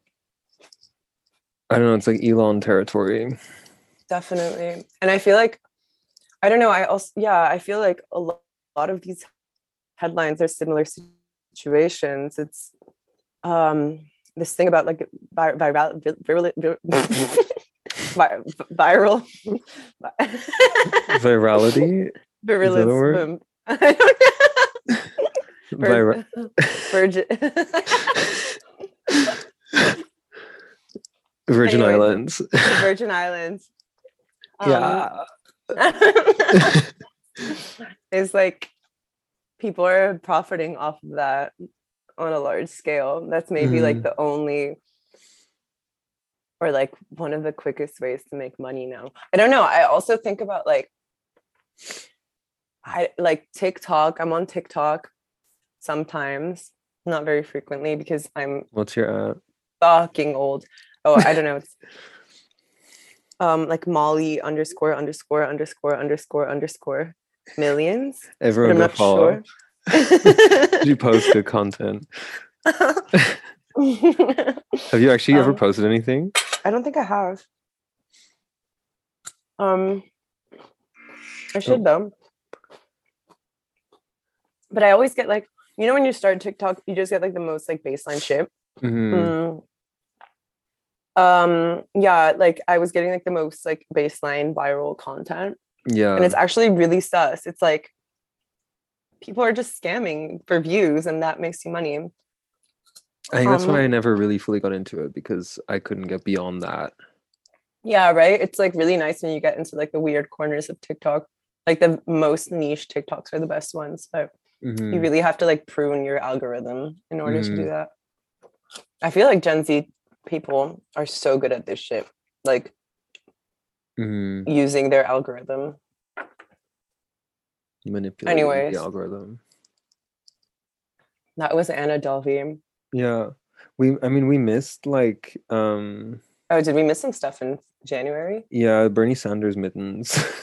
Speaker 1: I don't know. It's like Elon
Speaker 2: [LAUGHS]
Speaker 1: territory.
Speaker 2: Definitely. And I feel like I don't know, I also yeah, I feel like a lo- lot of these headlines are similar situations. It's um this thing about like vi- viral viral [LAUGHS] vi- viral [LAUGHS]
Speaker 1: Virality.
Speaker 2: virilis-
Speaker 1: word?
Speaker 2: [LAUGHS] boom. I don't know. [LAUGHS]
Speaker 1: Vira-
Speaker 2: Virgin. [LAUGHS]
Speaker 1: [LAUGHS] Virgin
Speaker 2: Anyways.
Speaker 1: Islands.
Speaker 2: the Virgin Islands. um,
Speaker 1: yeah.
Speaker 2: [LAUGHS] it's like people are profiting off of that on a large scale. That's maybe like
Speaker 1: Mhm.
Speaker 2: the only or like one of the quickest ways to make money now. I don't know. I also think about like I like TikTok. I'm on TikTok sometimes, not very frequently because I'm
Speaker 1: What's your uh, app?
Speaker 2: fucking old. Oh, I don't know. It's um like Molly underscore underscore underscore underscore underscore millions. But
Speaker 1: Everyone
Speaker 2: I'm
Speaker 1: go
Speaker 2: not
Speaker 1: follow.
Speaker 2: sure. [LAUGHS]
Speaker 1: Did you post good content? Have you actually ever
Speaker 2: Um,
Speaker 1: posted anything?
Speaker 2: I don't think I have. Um I should though. But I always get like, you know when you start TikTok, you just get like the most like baseline shit.
Speaker 1: Mhm.
Speaker 2: Mm. Um, yeah, like I was getting like the most like baseline viral content,
Speaker 1: Yeah.
Speaker 2: and it's actually really sus. It's like people are just scamming for views, and that makes you money.
Speaker 1: I think that's
Speaker 2: um,
Speaker 1: why I never really fully got into it because I couldn't get beyond that.
Speaker 2: Yeah, right. It's like really nice when you get into like the weird corners of TikTok. Like the most niche TikToks are the best ones, but you
Speaker 1: Mhm.
Speaker 2: really have to like prune your algorithm in order to do
Speaker 1: Mhm.
Speaker 2: that. I feel like Gen Z people are so good at this shit, like
Speaker 1: Mhm.
Speaker 2: using their algorithm.
Speaker 1: Manipulating
Speaker 2: Anyways.
Speaker 1: the algorithm.
Speaker 2: That was Anna Delvey.
Speaker 1: Yeah. We I mean we missed like um
Speaker 2: Oh, did we miss some stuff in January? um,
Speaker 1: yeah, Bernie Sanders mittens. [LAUGHS]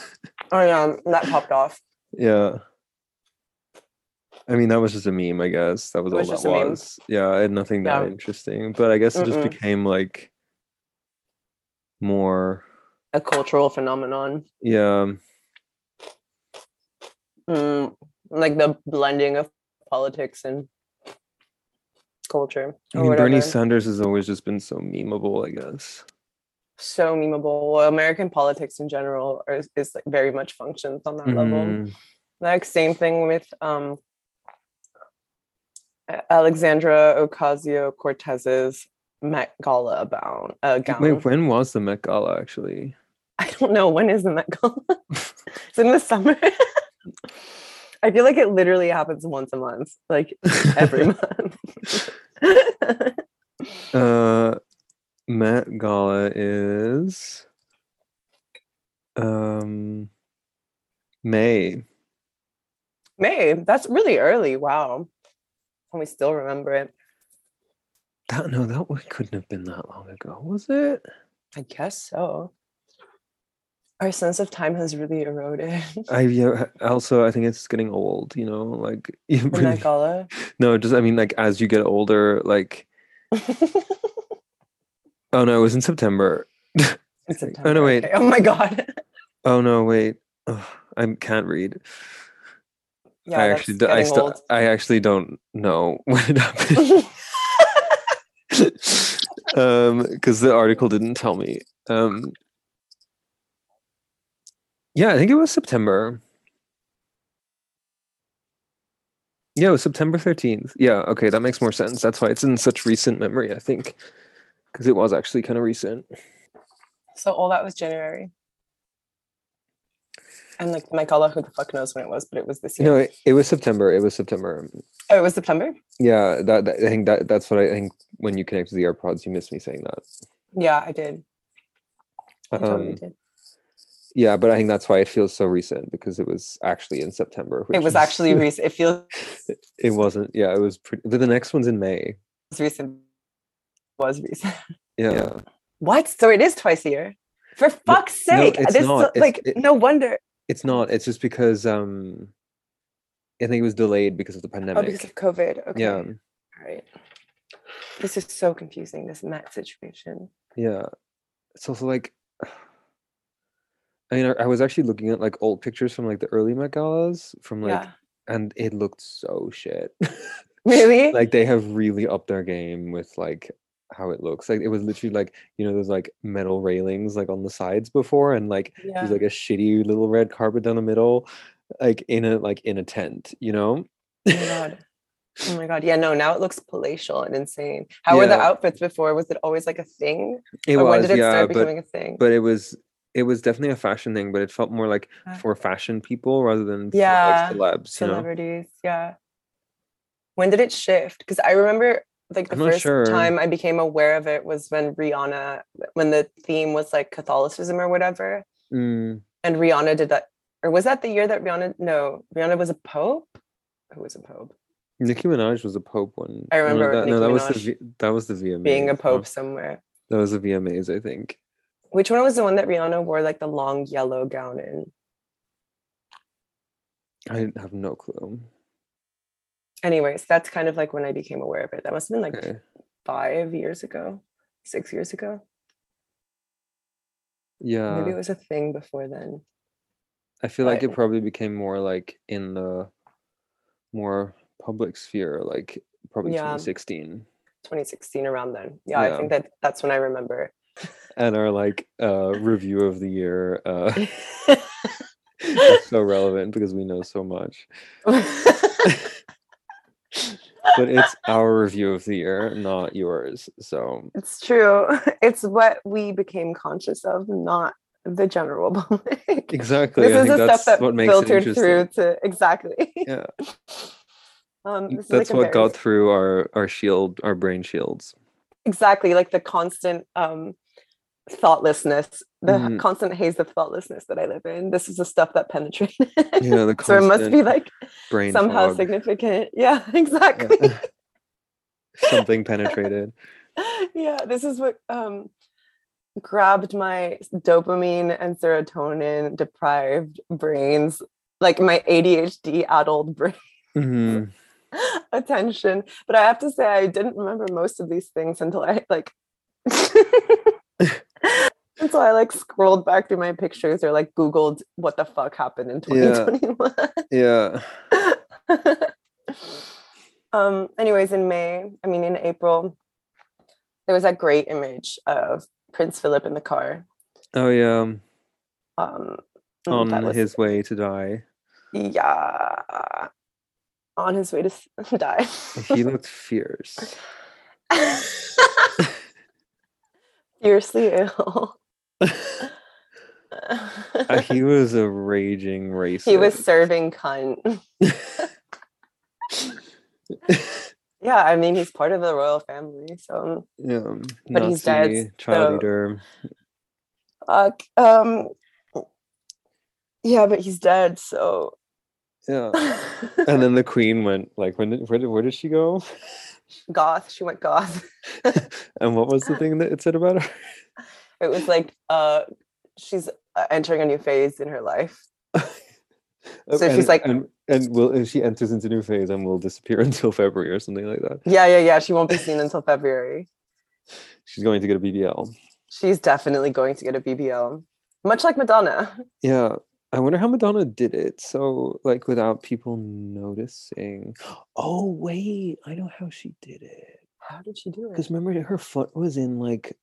Speaker 2: Oh yeah, that popped off.
Speaker 1: yeah. I mean, that was just a meme, I guess. That was
Speaker 2: It
Speaker 1: all
Speaker 2: was just
Speaker 1: that
Speaker 2: a meme.
Speaker 1: was. Yeah, I had nothing that
Speaker 2: Yeah.
Speaker 1: interesting, but I guess it just
Speaker 2: Mm-mm.
Speaker 1: became like more.
Speaker 2: A cultural phenomenon.
Speaker 1: Yeah,
Speaker 2: Mm, like the blending of politics and culture.
Speaker 1: I
Speaker 2: or
Speaker 1: mean, Bernie
Speaker 2: whatever.
Speaker 1: Sanders has always just been so memeable, I guess.
Speaker 2: so memeable. Well, American politics in general are, is like very much functions on that level.
Speaker 1: Mhm.
Speaker 2: Like same thing with um, A- Alexandra Ocasio Cortez's Met Gala about uh, gown.
Speaker 1: Wait, when was the Met Gala actually?
Speaker 2: I don't know when is the Met Gala. it's in the summer. [LAUGHS] I feel like it literally happens once a month, like
Speaker 1: [LAUGHS]
Speaker 2: every month. [LAUGHS]
Speaker 1: uh, Met Gala is um May.
Speaker 2: May that's really early. Wow, and we still remember it.
Speaker 1: That no, that one couldn't have been that long ago, was it?
Speaker 2: I guess so. Our sense of time has really [LAUGHS] eroded.
Speaker 1: I yeah. Also, I think it's getting old. You know, like [LAUGHS] you
Speaker 2: The
Speaker 1: really-
Speaker 2: Met Gala. [LAUGHS]
Speaker 1: no, just I mean, like as you get older, like
Speaker 2: in
Speaker 1: oh no, it was in September.
Speaker 2: September,
Speaker 1: wait.
Speaker 2: okay. Oh my god. [LAUGHS]
Speaker 1: Oh no, wait, Ugh, I can't read.
Speaker 2: Yeah,
Speaker 1: I
Speaker 2: that's
Speaker 1: actually, do, I
Speaker 2: getting
Speaker 1: still,
Speaker 2: old.
Speaker 1: I actually don't know [LAUGHS] when it happened. [LAUGHS]
Speaker 2: [LAUGHS]
Speaker 1: um, because the article didn't tell me. Um, yeah, I think it was September. Yeah, it was September 13th. Yeah, okay, that makes more sense. That's why it's in such recent memory, I think, because it was actually kind of recent.
Speaker 2: So all that was January. And like my Gala, who the fuck knows when it was, but it was this
Speaker 1: You
Speaker 2: year.
Speaker 1: know, it, it was September. It was September.
Speaker 2: Oh, it was September?
Speaker 1: Yeah, that, that- I think that that's what I think when you connect to the AirPods, you miss me saying
Speaker 2: Yeah, I did. I
Speaker 1: that.
Speaker 2: totally
Speaker 1: Um,
Speaker 2: did.
Speaker 1: yeah, but I think that's why it feels so recent because it was actually in September.
Speaker 2: It
Speaker 1: which
Speaker 2: was
Speaker 1: is- [LAUGHS]
Speaker 2: actually recent. It feels
Speaker 1: It wasn't. Yeah, it was pretty. But the next one's in May.
Speaker 2: recent. Was recent. [LAUGHS]
Speaker 1: Yeah.
Speaker 2: What? So it is twice a year. For fuck's
Speaker 1: no,
Speaker 2: sake.
Speaker 1: it's
Speaker 2: this
Speaker 1: not. It's-
Speaker 2: like
Speaker 1: it-
Speaker 2: no wonder.
Speaker 1: It's not. It's just because um, I think it was delayed because of the
Speaker 2: Oh,
Speaker 1: pandemic.
Speaker 2: because of COVID. Okay.
Speaker 1: Yeah.
Speaker 2: All right. This is so confusing, this Matt situation.
Speaker 1: Yeah. It's also like, [SIGHS] I mean, I, I was actually looking at like old pictures from like the early Met Galas from like,
Speaker 2: yeah.
Speaker 1: and it looked so shit. [LAUGHS]
Speaker 2: Really?
Speaker 1: like they have really upped their game with like how it looks. Like it was literally like you know those like metal railings like on the sides before, and like
Speaker 2: yeah.
Speaker 1: there's like a shitty little red carpet down the middle, like in a like in a tent, you know.
Speaker 2: Oh my god. Oh my god. Yeah, no, now it looks palatial and insane. How were the
Speaker 1: Yeah.
Speaker 2: outfits before? Was it always like a thing?
Speaker 1: It
Speaker 2: or when
Speaker 1: was
Speaker 2: did it
Speaker 1: yeah,
Speaker 2: start
Speaker 1: but
Speaker 2: becoming a thing?
Speaker 1: but it was it was definitely a fashion thing, but it felt more like
Speaker 2: Yeah.
Speaker 1: for fashion people rather than
Speaker 2: Uh. Yeah,
Speaker 1: for, like, celebs. You know,
Speaker 2: Celebrities, yeah. When did it shift? Because I remember like the
Speaker 1: I'm not
Speaker 2: first
Speaker 1: sure.
Speaker 2: time I became aware of it was when Rihanna when the theme was like Catholicism or whatever.
Speaker 1: Mm,
Speaker 2: And Rihanna did that. Or was that the year that Rihanna no, Rihanna was a pope? Who was a pope?
Speaker 1: Nicki Minaj was a pope one.
Speaker 2: I
Speaker 1: Oh, no,
Speaker 2: remember
Speaker 1: that, no,
Speaker 2: Nicki
Speaker 1: that was the
Speaker 2: Minaj
Speaker 1: V- that was the VMAs.
Speaker 2: Being a
Speaker 1: no?
Speaker 2: pope somewhere.
Speaker 1: That was the VMAs, I think.
Speaker 2: Which one was the one that Rihanna wore like the long yellow gown in?
Speaker 1: I have no clue.
Speaker 2: Anyways, that's kind of like when I became aware of it. That must have been like
Speaker 1: Okay.
Speaker 2: five years ago, six years ago.
Speaker 1: Yeah.
Speaker 2: Maybe it was a thing before then.
Speaker 1: I feel like
Speaker 2: but-
Speaker 1: it probably became more like in the more public sphere, like probably
Speaker 2: Yeah.
Speaker 1: 2016,
Speaker 2: 2016 around then. Yeah,
Speaker 1: Yeah.
Speaker 2: I think that that's when
Speaker 1: [LAUGHS]
Speaker 2: I remember. [LAUGHS]
Speaker 1: and our like uh, review of the year uh,
Speaker 2: [LAUGHS]
Speaker 1: [LAUGHS] is so relevant because we know so much. But it's our review of the year, not yours. So
Speaker 2: it's true. It's what we became conscious of, not the general [LAUGHS] public.
Speaker 1: exactly,
Speaker 2: This
Speaker 1: I
Speaker 2: is
Speaker 1: think
Speaker 2: the
Speaker 1: that's
Speaker 2: stuff that
Speaker 1: what makes it
Speaker 2: filtered
Speaker 1: interesting.
Speaker 2: through to exactly.
Speaker 1: Yeah.
Speaker 2: [LAUGHS] Um, this is
Speaker 1: That's
Speaker 2: like a
Speaker 1: what
Speaker 2: very-
Speaker 1: got through our our shield, our brain
Speaker 2: [LAUGHS]
Speaker 1: shields.
Speaker 2: exactly like the constant um thoughtlessness the h-
Speaker 1: Mhm.
Speaker 2: constant haze of thoughtlessness that i live in this is the stuff that [LAUGHS] penetrated
Speaker 1: Yeah, the
Speaker 2: so it must be
Speaker 1: constant
Speaker 2: like
Speaker 1: brain
Speaker 2: somehow
Speaker 1: fog.
Speaker 2: significant [LAUGHS] yeah exactly
Speaker 1: Yeah. [LAUGHS] Something penetrated.
Speaker 2: yeah. this is what um grabbed my s- dopamine and serotonin deprived brains like my adhd adult brain [LAUGHS]
Speaker 1: Mhm.
Speaker 2: attention. But I have to say, I didn't remember most of these things until I
Speaker 1: [LAUGHS]
Speaker 2: like. [LAUGHS] until I like scrolled back through my pictures or like Googled what the fuck happened in
Speaker 1: Yeah.
Speaker 2: 2021.
Speaker 1: Yeah.
Speaker 2: [LAUGHS] um anyways in may i mean in april there was that great image of prince philip in the car
Speaker 1: Oh yeah.
Speaker 2: um
Speaker 1: On
Speaker 2: that was
Speaker 1: his way to die.
Speaker 2: yeah on his way to s- [LAUGHS] die [LAUGHS]
Speaker 1: He looked fierce. [LAUGHS]
Speaker 2: [LAUGHS] fiercely ill
Speaker 1: Uh, he was a raging racist.
Speaker 2: [LAUGHS] he was serving cunt [LAUGHS] yeah i mean he's part of the royal family so
Speaker 1: yeah,
Speaker 2: But he's
Speaker 1: Nazi
Speaker 2: dead,
Speaker 1: child
Speaker 2: so-
Speaker 1: eater.
Speaker 2: fuck um yeah but he's dead so
Speaker 1: Yeah.
Speaker 2: [LAUGHS]
Speaker 1: And then the queen went like, when did, where did where did she go? [LAUGHS]
Speaker 2: goth she went goth
Speaker 1: And what was the thing that it said about her? [LAUGHS]
Speaker 2: It was like uh she's uh, entering a new phase in her life.
Speaker 1: Oh,
Speaker 2: So she's
Speaker 1: and-
Speaker 2: like-
Speaker 1: and, and will and she enters into new phase and will disappear [LAUGHS] until February or something like that.
Speaker 2: Yeah, yeah, yeah. She won't be seen until February.
Speaker 1: She's going to get a BBL.
Speaker 2: She's definitely going to get a BBL. Much like Madonna.
Speaker 1: Yeah. I wonder how Madonna did it. So like without people noticing. Oh wait, I know how she did it.
Speaker 2: How did she do it?
Speaker 1: Because remember her foot was in like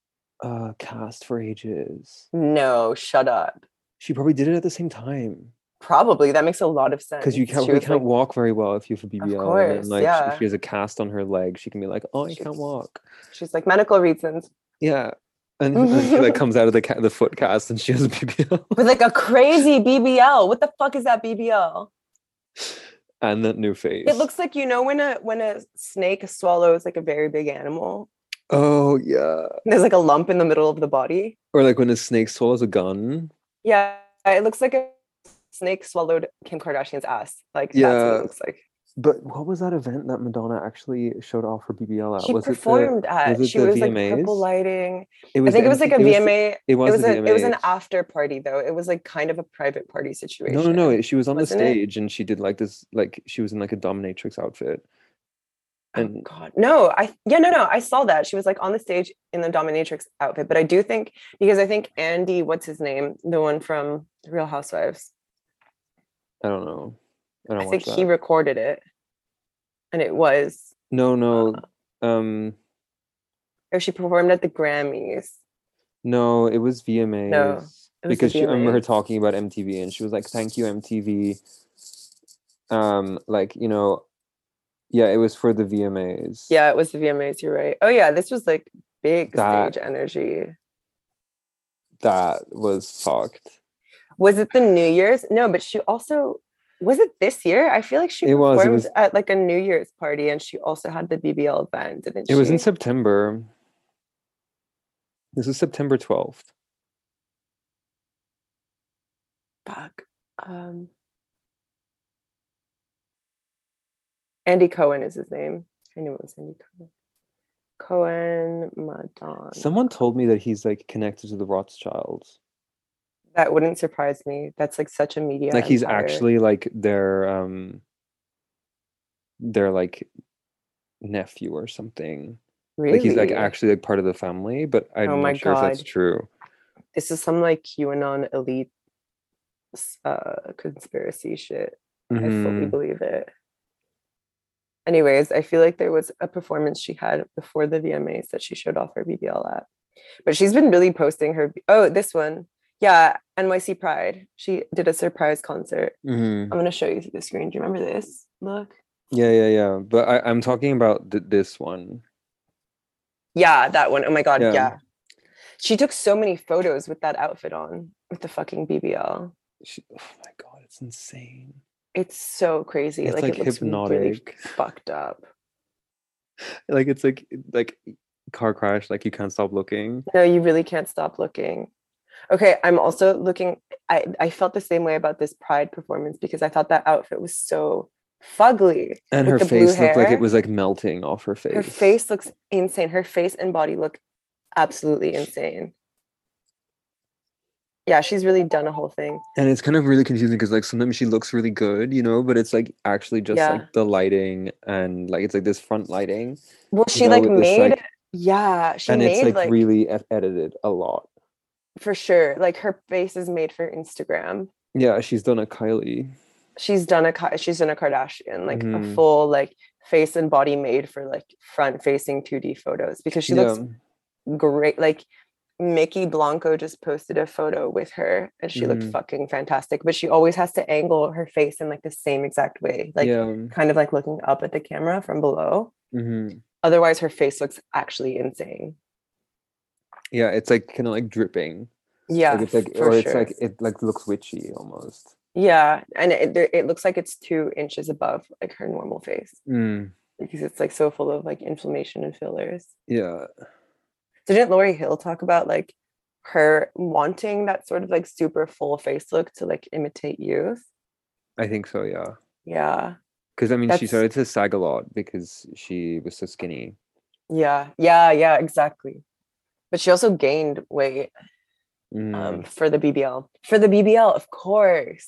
Speaker 1: uh cast for ages.
Speaker 2: No, shut up.
Speaker 1: She probably did it at the same time.
Speaker 2: Probably. That makes a lot of sense.
Speaker 1: Because you can't
Speaker 2: She
Speaker 1: we
Speaker 2: was
Speaker 1: can't walk very well if you have a BBL. and
Speaker 2: course,
Speaker 1: then, like
Speaker 2: yeah.
Speaker 1: if she has a cast on her leg, she can be like, Oh, I can't
Speaker 2: She's-
Speaker 1: walk.
Speaker 2: like- she's like medical reasons.
Speaker 1: Yeah. And, and she
Speaker 2: [LAUGHS]
Speaker 1: like comes out of the ca- the foot cast and she has a BBL.
Speaker 2: But like a crazy BBL. What the fuck is that BBL?
Speaker 1: [LAUGHS] and that new face.
Speaker 2: It looks like you know when a when a snake swallows like a very big animal.
Speaker 1: Oh yeah.
Speaker 2: There's like a lump in the middle of the body.
Speaker 1: Or like when a snake swallows a gun.
Speaker 2: Yeah, it looks like a snake swallowed Kim Kardashian's ass. Like that's what
Speaker 1: Yeah.
Speaker 2: it looks like.
Speaker 1: But what was that event that Madonna actually showed off her BBL at?
Speaker 2: She
Speaker 1: was
Speaker 2: performed at.
Speaker 1: was it
Speaker 2: She
Speaker 1: the
Speaker 2: was like purple
Speaker 1: VMAs?
Speaker 2: lighting.
Speaker 1: it the?
Speaker 2: I think
Speaker 1: the
Speaker 2: it was like a
Speaker 1: MT the-
Speaker 2: VMA.
Speaker 1: It was,
Speaker 2: It was
Speaker 1: the
Speaker 2: a, it was an
Speaker 1: VMAs.
Speaker 2: after party though. It was like kind of a private party situation.
Speaker 1: No, no, no. it- She was on the
Speaker 2: wasn't it?
Speaker 1: stage and she did like this, like she was in like a dominatrix outfit.
Speaker 2: Oh,
Speaker 1: And
Speaker 2: God, no. I yeah, no, no. I saw that she was like on the stage in the dominatrix outfit. But I do think because I think Andy, what's his name, the one from Real Housewives,
Speaker 1: I don't know. I don't
Speaker 2: I
Speaker 1: watch
Speaker 2: think
Speaker 1: that.
Speaker 2: he recorded it, and it was uh,
Speaker 1: no, no.
Speaker 2: Uh-huh.
Speaker 1: Um,
Speaker 2: or she performed at the Grammys.
Speaker 1: no. It was VMAs.
Speaker 2: the
Speaker 1: because she, I remember her
Speaker 2: VMAs.
Speaker 1: talking about MTV and she was like, "Thank you, MTV." Um, like you know, yeah, it was for the VMAs.
Speaker 2: Yeah, it was the VMAs. You're right. Oh yeah, this was like big
Speaker 1: That-
Speaker 2: stage energy.
Speaker 1: that was fucked.
Speaker 2: Was it the New Year's? No, but she also was it this year? I feel like she
Speaker 1: It was, it
Speaker 2: performed
Speaker 1: was-
Speaker 2: at like a New Year's party, and she also had the BBL event, didn't she?
Speaker 1: It was in September. This is September 12th.
Speaker 2: Fuck. Um, Andy Cohen is his name. I knew it was Andy Cohen. Cohen Madonna.
Speaker 1: Someone told me that he's like connected to the Rothschilds.
Speaker 2: that wouldn't surprise me. That's like such a media.
Speaker 1: like he's
Speaker 2: empire.
Speaker 1: actually like their um their like nephew or something.
Speaker 2: really
Speaker 1: Like he's like actually like part of the family, but I'm
Speaker 2: Oh my
Speaker 1: not sure if that's
Speaker 2: God.
Speaker 1: true.
Speaker 2: this is some like QAnon elite s- uh conspiracy shit. I fully
Speaker 1: Mhm.
Speaker 2: believe it. Anyways, I feel like there was a performance she had before the VMAs that she showed off her BBL at. But she's been really posting her oh, this one. Yeah, NYC Pride. She did a surprise concert.
Speaker 1: Mhm.
Speaker 2: I'm gonna show you through the screen. Do you remember this? Look.
Speaker 1: Yeah, yeah, yeah. But I, I'm talking about th- this one.
Speaker 2: Yeah, that one. Oh my god,
Speaker 1: Yeah.
Speaker 2: yeah. She took so many photos with that outfit on, with the fucking BBL.
Speaker 1: She, oh my god, it's insane.
Speaker 2: It's so crazy.
Speaker 1: It's,
Speaker 2: like,
Speaker 1: like,
Speaker 2: it looks really
Speaker 1: hypnotic.
Speaker 2: fucked up.
Speaker 1: Like it's like like car crash. Like you can't stop looking.
Speaker 2: No, you really can't stop looking. Okay, I'm also looking. I, I felt the same way about this Pride performance because I thought that outfit was so fugly.
Speaker 1: And
Speaker 2: With
Speaker 1: her
Speaker 2: the blue
Speaker 1: face looked like
Speaker 2: hair.
Speaker 1: it was like melting off her face.
Speaker 2: Her face looks insane. Her face and body look absolutely insane. yeah, she's really done a whole thing.
Speaker 1: And it's kind of really confusing because like sometimes she looks really good, you know, but it's like actually just
Speaker 2: Yeah.
Speaker 1: like the lighting and like it's like this front lighting.
Speaker 2: Well,
Speaker 1: you
Speaker 2: she
Speaker 1: know,
Speaker 2: like
Speaker 1: with this,
Speaker 2: made
Speaker 1: like-
Speaker 2: yeah, she
Speaker 1: and it's
Speaker 2: made
Speaker 1: like,
Speaker 2: like
Speaker 1: really ed- edited a lot.
Speaker 2: for sure. Like her face is made for Instagram.
Speaker 1: Yeah, she's done a Kylie.
Speaker 2: She's done a Ka- she's done a Kardashian, like
Speaker 1: Mhm.
Speaker 2: a full like face and body made for like front facing 2D photos because she looks great. Like Mickey Blanco just posted a photo with her and she
Speaker 1: Mhm.
Speaker 2: looked fucking fantastic, but she always has to angle her face in like the same exact way, like
Speaker 1: yeah.
Speaker 2: kind of like looking up at the camera from below.
Speaker 1: hmm
Speaker 2: Otherwise, her face looks actually insane.
Speaker 1: Yeah, it's like kind of like dripping.
Speaker 2: Yeah.
Speaker 1: like it's like
Speaker 2: for
Speaker 1: or it's
Speaker 2: sure.
Speaker 1: like it like looks witchy almost.
Speaker 2: yeah. And it, there- it looks like it's two inches above like her normal face
Speaker 1: Mm,
Speaker 2: because it's like so full of like inflammation and fillers.
Speaker 1: yeah.
Speaker 2: Didn't Lori Hill talk about like her wanting that sort of like super full face look to like imitate youth?
Speaker 1: I think so, yeah.
Speaker 2: Yeah.
Speaker 1: Cuz I mean she
Speaker 2: That's-
Speaker 1: started to sag a lot because she was so skinny.
Speaker 2: Yeah, yeah, yeah, exactly. But she also gained weight
Speaker 1: Mm,
Speaker 2: um, for the BBL. For the BBL, of course,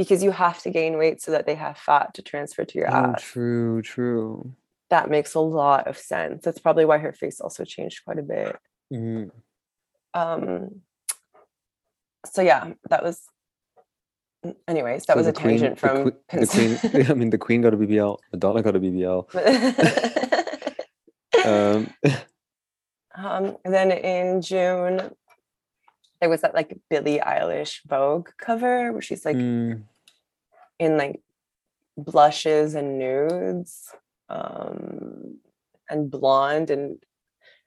Speaker 2: because you have to gain weight so that they have fat to transfer to your
Speaker 1: oh,
Speaker 2: ass.
Speaker 1: true, true.
Speaker 2: That makes a lot of sense. That's probably why her face also changed quite a bit.
Speaker 1: Mhm.
Speaker 2: Um, so yeah, that was. Anyways, that
Speaker 1: So
Speaker 2: was
Speaker 1: the
Speaker 2: a
Speaker 1: queen-
Speaker 2: tangent
Speaker 1: the que-
Speaker 2: from
Speaker 1: the [LAUGHS]
Speaker 2: Prince-
Speaker 1: queen. I mean, the queen got a BBL. Madonna got a
Speaker 2: [LAUGHS]
Speaker 1: BBL. Um, [LAUGHS]
Speaker 2: Um, and then in June, there was that like Billie Eilish Vogue cover where she's like
Speaker 1: mm,
Speaker 2: in like blushes and nudes, um, and blonde and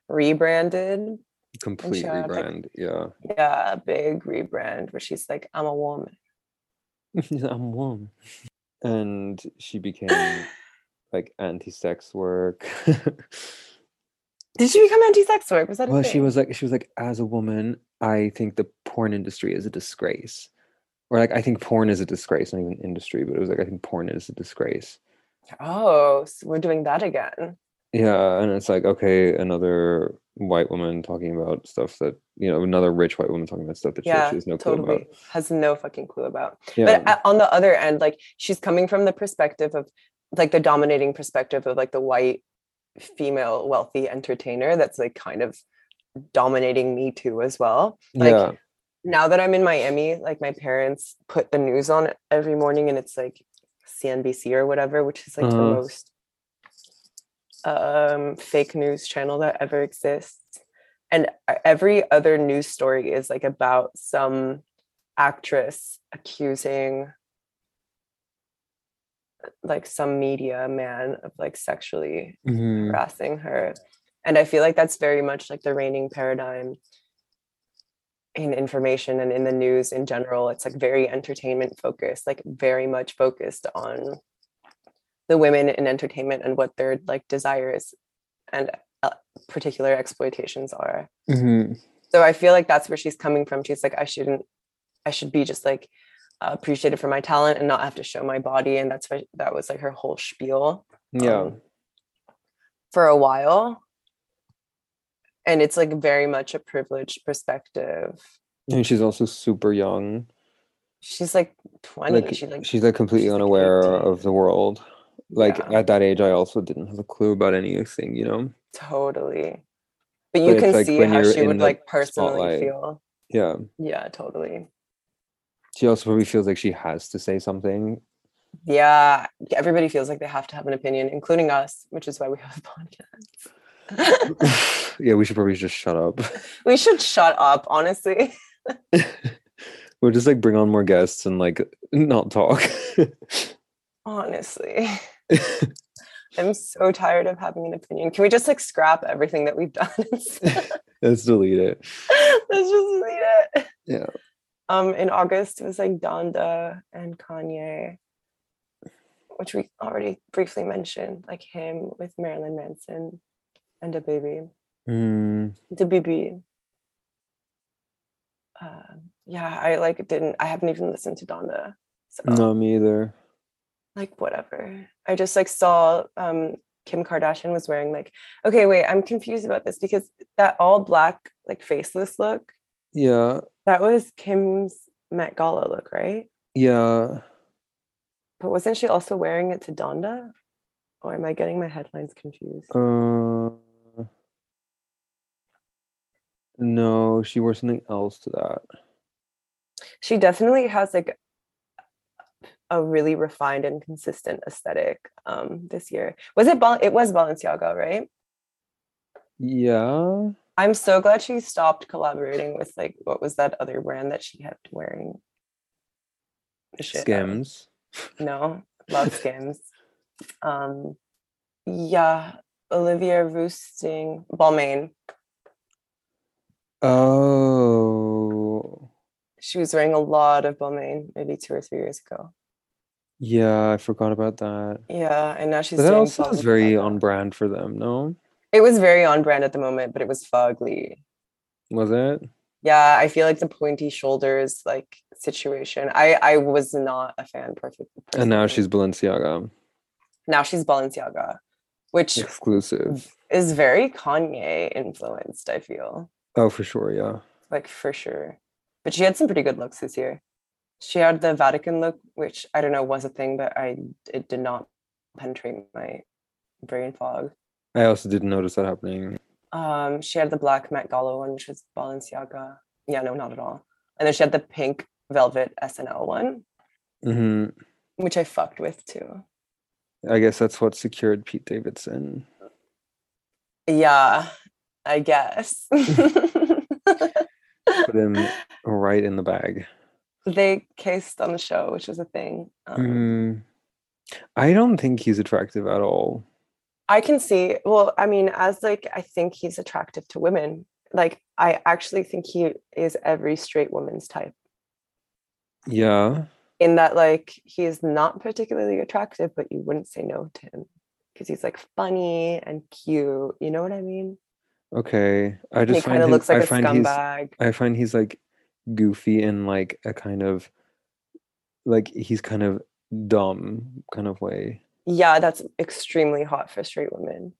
Speaker 2: rebranded.
Speaker 1: complete
Speaker 2: had, like-
Speaker 1: rebrand. yeah,
Speaker 2: Yeah, a big rebrand where she's like, I'm a woman. [LAUGHS]
Speaker 1: I'm one. And she became like anti-sex work.
Speaker 2: Did she become anti-sex work? Was that a
Speaker 1: [LAUGHS] well,
Speaker 2: thing?
Speaker 1: she was like, she was like, as a woman, I think the porn industry is a disgrace. Or like, I think porn is a disgrace, not even industry, but it was like, I think porn is a disgrace.
Speaker 2: Oh, so we're doing that again.
Speaker 1: Yeah, and it's like, okay, another white woman talking about stuff that, you know, another rich white woman talking about stuff that she
Speaker 2: Yeah,
Speaker 1: actually has no clue
Speaker 2: totally.
Speaker 1: about.
Speaker 2: Has no fucking clue about.
Speaker 1: Yeah.
Speaker 2: But uh, a- on the other end, like she's coming from the perspective of like the dominating perspective of like the white female wealthy entertainer that's like kind of dominating me too as well. Like
Speaker 1: yeah.
Speaker 2: now that I'm in Miami, like my parents put the news on every morning and it's like CNBC or whatever, which is like the
Speaker 1: Uh-huh.
Speaker 2: most um fake news channel that ever exists. And e- every other news story is like about some actress accusing like some media man of like sexually
Speaker 1: mhm.
Speaker 2: harassing her. And I feel like that's very much like the reigning paradigm in information and in the news in general. It's like very entertainment focused, like very much focused on the women in entertainment and what their like desires and uh, particular exploitations are. Um,
Speaker 1: Mhm.
Speaker 2: So I feel like that's where she's coming from. She's like, I shouldn't, I should be just like uh, appreciated for my talent and not have to show my body. And that's why that was like her whole spiel
Speaker 1: Yeah.
Speaker 2: um, for a while. And it's like very much a privileged perspective.
Speaker 1: And she's also super young.
Speaker 2: She's like 20.
Speaker 1: Like
Speaker 2: she like
Speaker 1: she's like completely
Speaker 2: she's, like,
Speaker 1: unaware
Speaker 2: 18.
Speaker 1: of the world. Like
Speaker 2: Yeah.
Speaker 1: at that age I also didn't have a clue about anything, you know?
Speaker 2: totally. But you
Speaker 1: it's,
Speaker 2: can
Speaker 1: like,
Speaker 2: see
Speaker 1: when
Speaker 2: how
Speaker 1: you're
Speaker 2: she
Speaker 1: in
Speaker 2: would
Speaker 1: the
Speaker 2: like personally
Speaker 1: spotlight.
Speaker 2: feel.
Speaker 1: Yeah.
Speaker 2: Yeah, totally.
Speaker 1: She also probably feels like she has to say something. [LAUGHS]
Speaker 2: Yeah. Everybody feels like they have to have an opinion, including us, which is why we have [LAUGHS] a podcast.
Speaker 1: yeah, we should probably just shut up.
Speaker 2: [LAUGHS]
Speaker 1: [LAUGHS]
Speaker 2: we should shut up, honestly. [LAUGHS]
Speaker 1: We'll just like bring on more guests and like [LAUGHS] not talk. [LAUGHS]
Speaker 2: Honestly. I'm so tired of having an opinion. Can we just like scrap everything that we've done? [LAUGHS] Let's just
Speaker 1: Let's delete it.
Speaker 2: [LAUGHS] delete it.
Speaker 1: Yeah.
Speaker 2: Um, in August it was like Donda and Kanye, which we already briefly mentioned, like him with Marilyn Manson and the baby,
Speaker 1: Mm,
Speaker 2: the baby. Um, yeah, I like didn't. I haven't even listened to Donda. So
Speaker 1: not me either.
Speaker 2: like whatever. I just like saw um Kim Kardashian was wearing like okay wait I'm confused about this because that all black like faceless look
Speaker 1: Yeah.
Speaker 2: That was Kim's Met Gala look, right?
Speaker 1: Yeah.
Speaker 2: But wasn't she also wearing it to Donda? Or am I getting my headlines confused?
Speaker 1: Uh, no, she wore something else to that.
Speaker 2: She definitely has like a really refined and consistent aesthetic um this year. Was it Bal- it was Balenciaga, right?
Speaker 1: Yeah.
Speaker 2: I'm so glad she stopped collaborating with like what was that other brand that she kept wearing? The shit out of?
Speaker 1: Skims.
Speaker 2: No, love Skims. Um, yeah, Olivia Roosting, Balmain.
Speaker 1: Oh.
Speaker 2: She was wearing a lot of Balmain maybe two or three years ago.
Speaker 1: Yeah, I forgot about that.
Speaker 2: Yeah, and now she's.
Speaker 1: But that
Speaker 2: doing
Speaker 1: also is
Speaker 2: Balenciaga.
Speaker 1: very on brand for them, no?
Speaker 2: It was very on brand at the moment, but it was fugly.
Speaker 1: Was it?
Speaker 2: Yeah, I feel like the pointy shoulders like situation. I I was not a fan. Perfect.
Speaker 1: And now
Speaker 2: personally.
Speaker 1: she's Balenciaga
Speaker 2: now she's Balenciaga, which Mm.
Speaker 1: exclusive.
Speaker 2: is very Kanye influenced. I feel.
Speaker 1: Oh, for sure. Yeah.
Speaker 2: like for sure. But she had some pretty good looks this year. She had the Vatican look, which I don't know was a thing, but I it did not penetrate my brain fog.
Speaker 1: I also didn't notice that happening.
Speaker 2: Um, she had the black Met Gala one, which was Balenciaga. Yeah, no, not at all. And then she had the pink velvet SNL one,
Speaker 1: hmm
Speaker 2: which I fucked with too.
Speaker 1: I guess that's what secured Pete Davidson.
Speaker 2: Yeah, I guess. [LAUGHS]
Speaker 1: Put him right in the bag.
Speaker 2: they cased on the show, which was a thing. Um,
Speaker 1: Mm. I don't think he's attractive at all.
Speaker 2: I can see. Well, I mean, as like I think he's attractive to women. Like I actually think he is every straight woman's type.
Speaker 1: Yeah.
Speaker 2: In that, like he is not particularly attractive, but you wouldn't say no to him because he's like funny and cute. You know what I mean?
Speaker 1: Okay. I
Speaker 2: And
Speaker 1: just
Speaker 2: he
Speaker 1: find
Speaker 2: kind of
Speaker 1: him,
Speaker 2: looks like
Speaker 1: I
Speaker 2: a
Speaker 1: find he's
Speaker 2: scumbag.
Speaker 1: I find he's like goofy and like a kind of like he's kind of dumb kind of way.
Speaker 2: Yeah, that's extremely hot for straight women.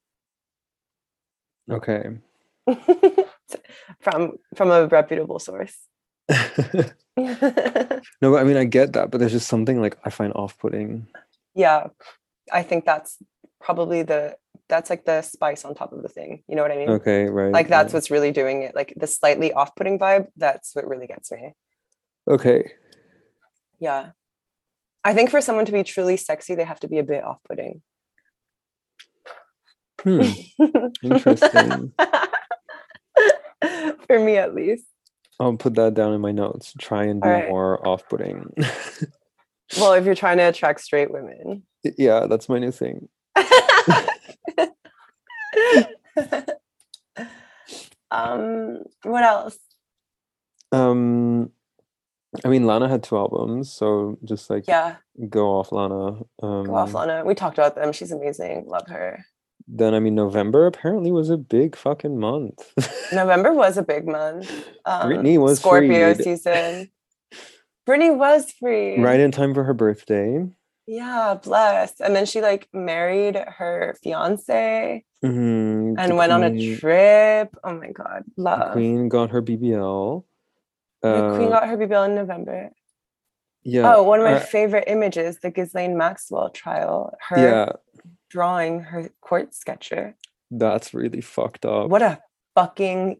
Speaker 2: [LAUGHS]
Speaker 1: Okay. [LAUGHS]
Speaker 2: from from a reputable source. [LAUGHS]
Speaker 1: no, but I mean I get that, but there's just something like I find off-putting.
Speaker 2: yeah, I think that's probably the that's like the spice on top of the thing. You know what I mean?
Speaker 1: Okay, right.
Speaker 2: like that's
Speaker 1: right.
Speaker 2: what's really doing it like the slightly off-putting vibe that's what really gets me
Speaker 1: [LAUGHS] Okay.
Speaker 2: yeah i think for someone to be truly sexy they have to be a bit off-putting [LAUGHS]
Speaker 1: Hmm. Interesting.
Speaker 2: for me at least
Speaker 1: I'll put that down in my notes. Try and be
Speaker 2: All right.
Speaker 1: more off-putting. [LAUGHS]
Speaker 2: well if you're trying to attract straight women [LAUGHS]
Speaker 1: yeah, that's my new thing.
Speaker 2: um what else
Speaker 1: Um I mean Lana had two albums, so just like
Speaker 2: yeah
Speaker 1: go off Lana. Um
Speaker 2: go off lana we talked about them she's amazing love her
Speaker 1: then I mean November apparently was a big fucking month. [LAUGHS]
Speaker 2: november was a big month um,
Speaker 1: Britney was
Speaker 2: scorpio
Speaker 1: freed.
Speaker 2: season Brittany was free.
Speaker 1: right in time for her birthday.
Speaker 2: Yeah, bless. And then she like married her fiance
Speaker 1: Mhm,
Speaker 2: and
Speaker 1: the
Speaker 2: went on a
Speaker 1: queen-
Speaker 2: trip. Oh my god,
Speaker 1: the
Speaker 2: love.
Speaker 1: Queen got her BBL.
Speaker 2: The queen
Speaker 1: Uh,
Speaker 2: got her BBL in November.
Speaker 1: yeah.
Speaker 2: oh, one of my
Speaker 1: uh,
Speaker 2: favorite images, the Ghislaine Maxwell trial, her
Speaker 1: yeah,
Speaker 2: drawing her court sketcher.
Speaker 1: that's really fucked up.
Speaker 2: What a fucking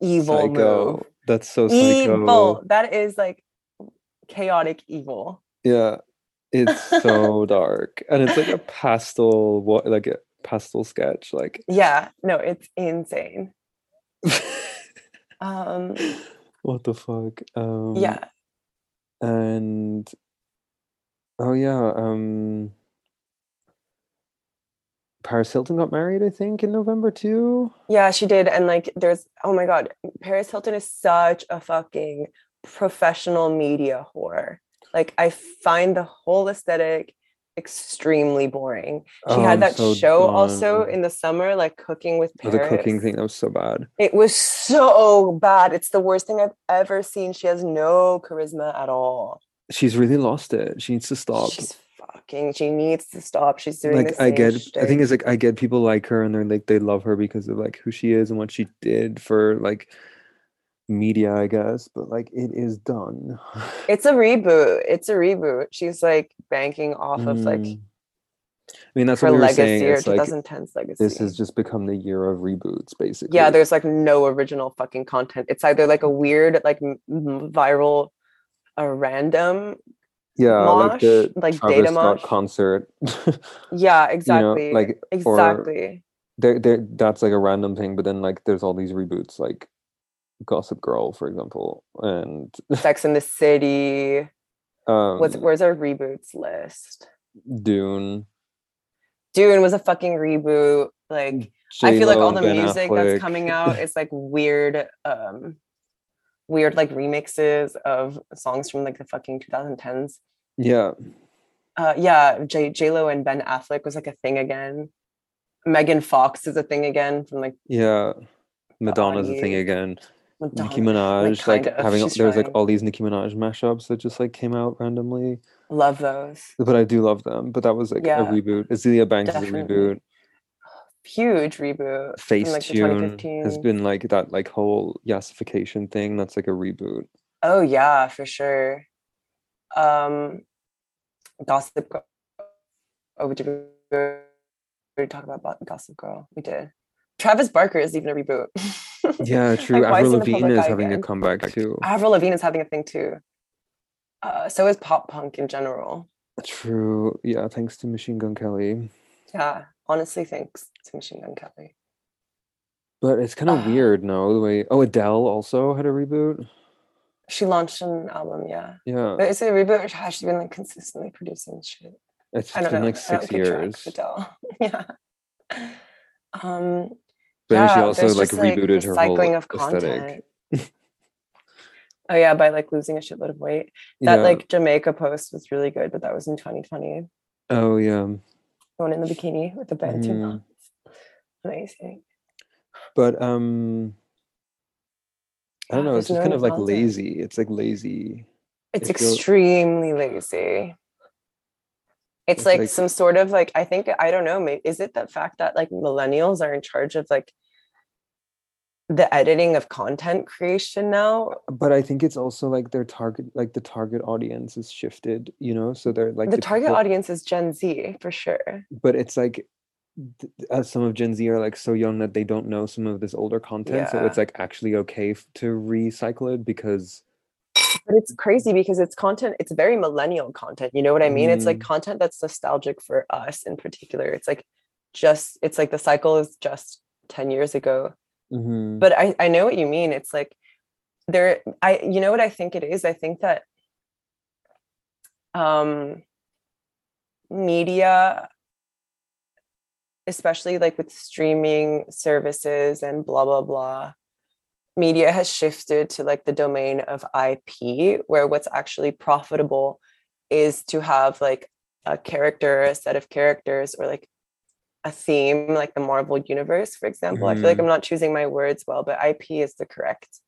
Speaker 2: evil
Speaker 1: psycho. That's so
Speaker 2: move.
Speaker 1: psycho.
Speaker 2: Evil. That is like chaotic evil.
Speaker 1: Yeah.
Speaker 2: [LAUGHS]
Speaker 1: It's so dark. And it's like a pastel what like a pastel sketch like [LAUGHS]
Speaker 2: Yeah, no, it's insane. Um
Speaker 1: what the fuck? Um
Speaker 2: yeah.
Speaker 1: and oh yeah um paris hilton got married i think in november too
Speaker 2: Yeah, she did. And like, there's, oh my God, Paris Hilton is such a fucking professional media whore. Like, I find the whole aesthetic extremely boring. She
Speaker 1: Oh, I'm
Speaker 2: had that
Speaker 1: so
Speaker 2: show also
Speaker 1: done
Speaker 2: in the summer, like Cooking with
Speaker 1: with
Speaker 2: Paris.
Speaker 1: Oh, the cooking thing that was so bad
Speaker 2: It was so bad. It's the worst thing I've ever seen. She has no charisma at all.
Speaker 1: she's really lost it she needs to stop
Speaker 2: She's fucking, she needs to stop. She's doing
Speaker 1: like
Speaker 2: the
Speaker 1: i
Speaker 2: same
Speaker 1: get i
Speaker 2: shtick.
Speaker 1: think it's like i get people like her and they're like they love her because of like who she is and what she did for like media, I guess, but like it is done.
Speaker 2: It's a reboot. It's a reboot. She's like banking off of like
Speaker 1: Mm. I mean, that's
Speaker 2: her
Speaker 1: what we were
Speaker 2: legacy
Speaker 1: saying.
Speaker 2: or
Speaker 1: It's like
Speaker 2: 2010's legacy.
Speaker 1: this has just become the year of reboots, basically.
Speaker 2: yeah, there's like no original fucking content. It's either like a weird, like m- m- viral, a random.
Speaker 1: yeah, like the
Speaker 2: mosh, like
Speaker 1: Travis
Speaker 2: data
Speaker 1: Scott
Speaker 2: mosh.
Speaker 1: concert. [LAUGHS]
Speaker 2: Yeah, exactly.
Speaker 1: like, or-
Speaker 2: exactly.
Speaker 1: there, there, that's like a random thing, but then like there's all these reboots, like Gossip Girl, for example, and
Speaker 2: Sex in the
Speaker 1: [LAUGHS]
Speaker 2: City.
Speaker 1: um,
Speaker 2: What's, where's our reboots list?
Speaker 1: Dune.
Speaker 2: Dune was a fucking reboot. Like I feel like all the music that's coming
Speaker 1: [LAUGHS]
Speaker 2: out is like weird, um weird like remixes of songs from like the fucking 2010s.
Speaker 1: Yeah,
Speaker 2: Uh yeah, J J Lo and Ben Affleck was like a thing again. Megan Fox is a thing again from like
Speaker 1: yeah. Madonna's a thing
Speaker 2: Kanye,
Speaker 1: again. Nicki
Speaker 2: Madonna.
Speaker 1: Minaj, like,
Speaker 2: [LAUGHS] kind of,
Speaker 1: having
Speaker 2: she's
Speaker 1: there was like
Speaker 2: trying.
Speaker 1: all these Nicki Minaj mashups that just like came out randomly.
Speaker 2: Love those.
Speaker 1: But I do love them. But that was like
Speaker 2: Yeah.
Speaker 1: a reboot. Azealia Banks
Speaker 2: Definitely.
Speaker 1: is a reboot.
Speaker 2: Huge reboot. from, like, the
Speaker 1: Facetune has
Speaker 2: 2015.
Speaker 1: been like that like whole yasification thing. That's like a reboot.
Speaker 2: Oh yeah, for sure. Um Gossip Girl. Oh, did we did we talk about Bo- Gossip Girl? We did. Travis Barker is even a reboot. [LAUGHS]
Speaker 1: Yeah, true.
Speaker 2: why is
Speaker 1: Avril
Speaker 2: he in the public
Speaker 1: Lavigne is
Speaker 2: eye
Speaker 1: having
Speaker 2: again?
Speaker 1: a comeback too.
Speaker 2: Avril Lavigne is having a thing too. Uh, so is pop punk in general.
Speaker 1: True. Yeah, thanks to Machine Gun Kelly.
Speaker 2: Yeah, honestly, thanks to Machine Gun Kelly.
Speaker 1: But it's kind of
Speaker 2: [SIGHS] Ah.
Speaker 1: weird, no? The way oh Adele also had a reboot.
Speaker 2: She launched an album, yeah.
Speaker 1: Yeah,
Speaker 2: But is it a reboot or has she been like consistently producing shit?
Speaker 1: it's
Speaker 2: I
Speaker 1: it's been
Speaker 2: don't know.
Speaker 1: like
Speaker 2: I don't [LAUGHS]
Speaker 1: six
Speaker 2: keep track,
Speaker 1: years.
Speaker 2: Adele. yeah. Um,
Speaker 1: But then she
Speaker 2: yeah,
Speaker 1: also
Speaker 2: there's
Speaker 1: like
Speaker 2: just,
Speaker 1: rebooted her whole
Speaker 2: recycling
Speaker 1: aesthetic.
Speaker 2: content. oh yeah, by like losing a shitload of weight. That
Speaker 1: yeah.
Speaker 2: like Jamaica post was really good, but that was in 2020.
Speaker 1: oh yeah.
Speaker 2: The one in the bikini with the bantu
Speaker 1: Mhm.
Speaker 2: knots. Amazing.
Speaker 1: But um I don't
Speaker 2: Yeah,
Speaker 1: know, it's
Speaker 2: there's
Speaker 1: just
Speaker 2: no
Speaker 1: kind of like
Speaker 2: content.
Speaker 1: lazy. It's like lazy.
Speaker 2: It's
Speaker 1: If you're-
Speaker 2: extremely lazy.
Speaker 1: It's
Speaker 2: It's like,
Speaker 1: like-
Speaker 2: some sort of like I think I don't know. Maybe is it the fact that like millennials are in charge of like the editing of content creation now?
Speaker 1: But I think it's also like their target like the target audience is shifted, you know? So they're like
Speaker 2: the target
Speaker 1: people-
Speaker 2: audience is Gen Z for sure.
Speaker 1: but it's like th- th- uh, some of Gen Z are like so young that they don't know some of this older content, so it's
Speaker 2: Yeah.
Speaker 1: like actually okay f- to recycle it because
Speaker 2: But it's crazy because it's content, it's very millennial content. You know what I mean? It's like
Speaker 1: Mhm.
Speaker 2: content that's nostalgic for us in particular. It's like just, it's like the cycle is just 10 years ago.
Speaker 1: Mhm.
Speaker 2: But I, I know what you mean. It's like there, I, you know what I think it is? I think that um, media, especially like with streaming services and blah, blah, blah, media has shifted to like the domain of IP, where what's actually profitable is to have like a character, a set of characters, or like a theme, like the Marvel Universe, for example. I feel like
Speaker 1: Mhm.
Speaker 2: I'm not choosing my words well, but IP is the correct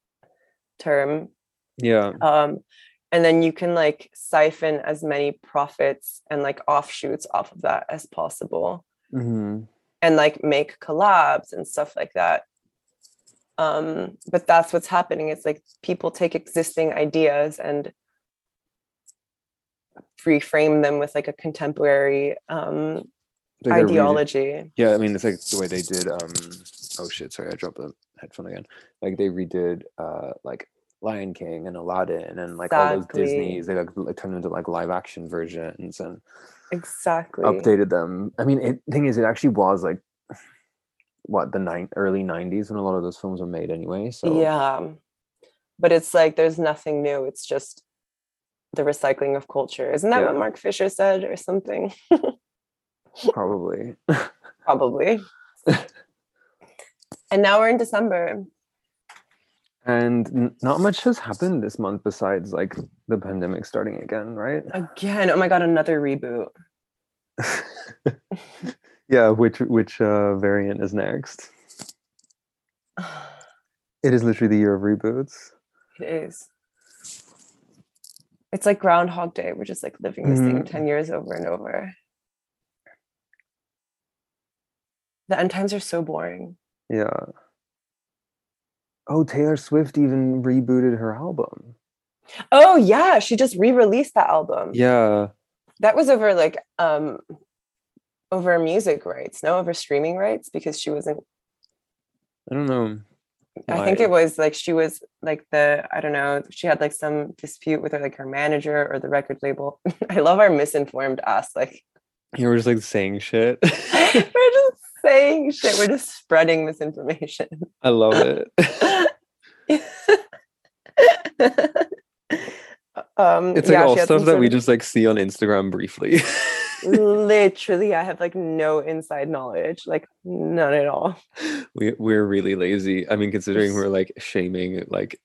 Speaker 2: term
Speaker 1: yeah.
Speaker 2: um, and then you can like siphon as many profits and like offshoots off of that as possible
Speaker 1: Mhm.
Speaker 2: and like make collabs and stuff like that um, but that's what's happening it's like people take existing ideas and reframe them with like a contemporary um,
Speaker 1: Like they're reading-
Speaker 2: ideology
Speaker 1: Yeah, I mean it's like the way they did um oh shit, sorry, I dropped the headphone again. Like they redid uh like Lion King and Aladdin and like all those
Speaker 2: Exactly.
Speaker 1: Disney's they like, like turned into like live action versions and
Speaker 2: exactly
Speaker 1: updated them. I mean, it thing is, it actually was like what the nine early '90s when a lot of those films were made anyway. So
Speaker 2: yeah but it's like there's nothing new it's just the recycling of culture isn't that
Speaker 1: Yeah.
Speaker 2: what mark fisher said or something
Speaker 1: probably
Speaker 2: probably. and now we're in December.
Speaker 1: and n- not much has happened this month besides like the pandemic starting again, right? [LAUGHS]
Speaker 2: Again, oh my god, another reboot.
Speaker 1: yeah, which which uh, variant is next? It is literally the year of reboots.
Speaker 2: It is. It's like Groundhog Day. We're just like living the same
Speaker 1: Mhm.
Speaker 2: 10 years over and over. The end times are so boring.
Speaker 1: Yeah. Oh, Taylor Swift even rebooted her album.
Speaker 2: Oh yeah, she just re-released that album.
Speaker 1: Yeah.
Speaker 2: That was over like um over music rights, no over streaming rights because she wasn't
Speaker 1: I don't know.
Speaker 2: I think
Speaker 1: why.
Speaker 2: it was like she was like the I don't know, she had like some dispute with her like her manager or the record label. [LAUGHS] I love our misinformed ass like
Speaker 1: You were just like saying shit. [LAUGHS]
Speaker 2: [LAUGHS] we're just saying shit, we're just spreading misinformation. [LAUGHS]
Speaker 1: I love it. [LAUGHS]
Speaker 2: um
Speaker 1: It's like
Speaker 2: yeah,
Speaker 1: all
Speaker 2: she had some
Speaker 1: stuff that
Speaker 2: sort
Speaker 1: we
Speaker 2: of-
Speaker 1: just [LAUGHS] like see on Instagram briefly. [LAUGHS]
Speaker 2: literally i have like no inside knowledge like none at all
Speaker 1: we we're really lazy. I mean, considering
Speaker 2: Yes.
Speaker 1: we're like shaming like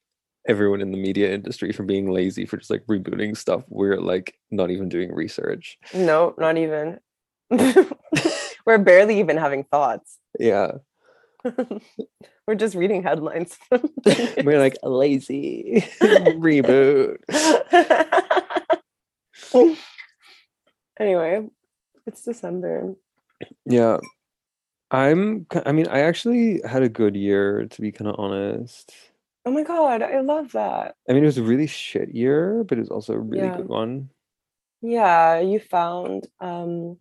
Speaker 1: everyone in the media industry for being lazy for just like rebooting stuff, we're like not even doing research.
Speaker 2: no not even [LAUGHS] we're barely even having thoughts [LAUGHS]
Speaker 1: Yeah.
Speaker 2: we're just reading headlines [LAUGHS]
Speaker 1: We're like lazy [LAUGHS]
Speaker 2: [LAUGHS]
Speaker 1: reboot.
Speaker 2: anyway it's december
Speaker 1: Yeah. I'm ki- I mean, I actually had a good year to be kind of honest.
Speaker 2: oh my god i love that
Speaker 1: I mean, it was a really shit year, but it was also a really
Speaker 2: Yeah.
Speaker 1: good one.
Speaker 2: yeah you found um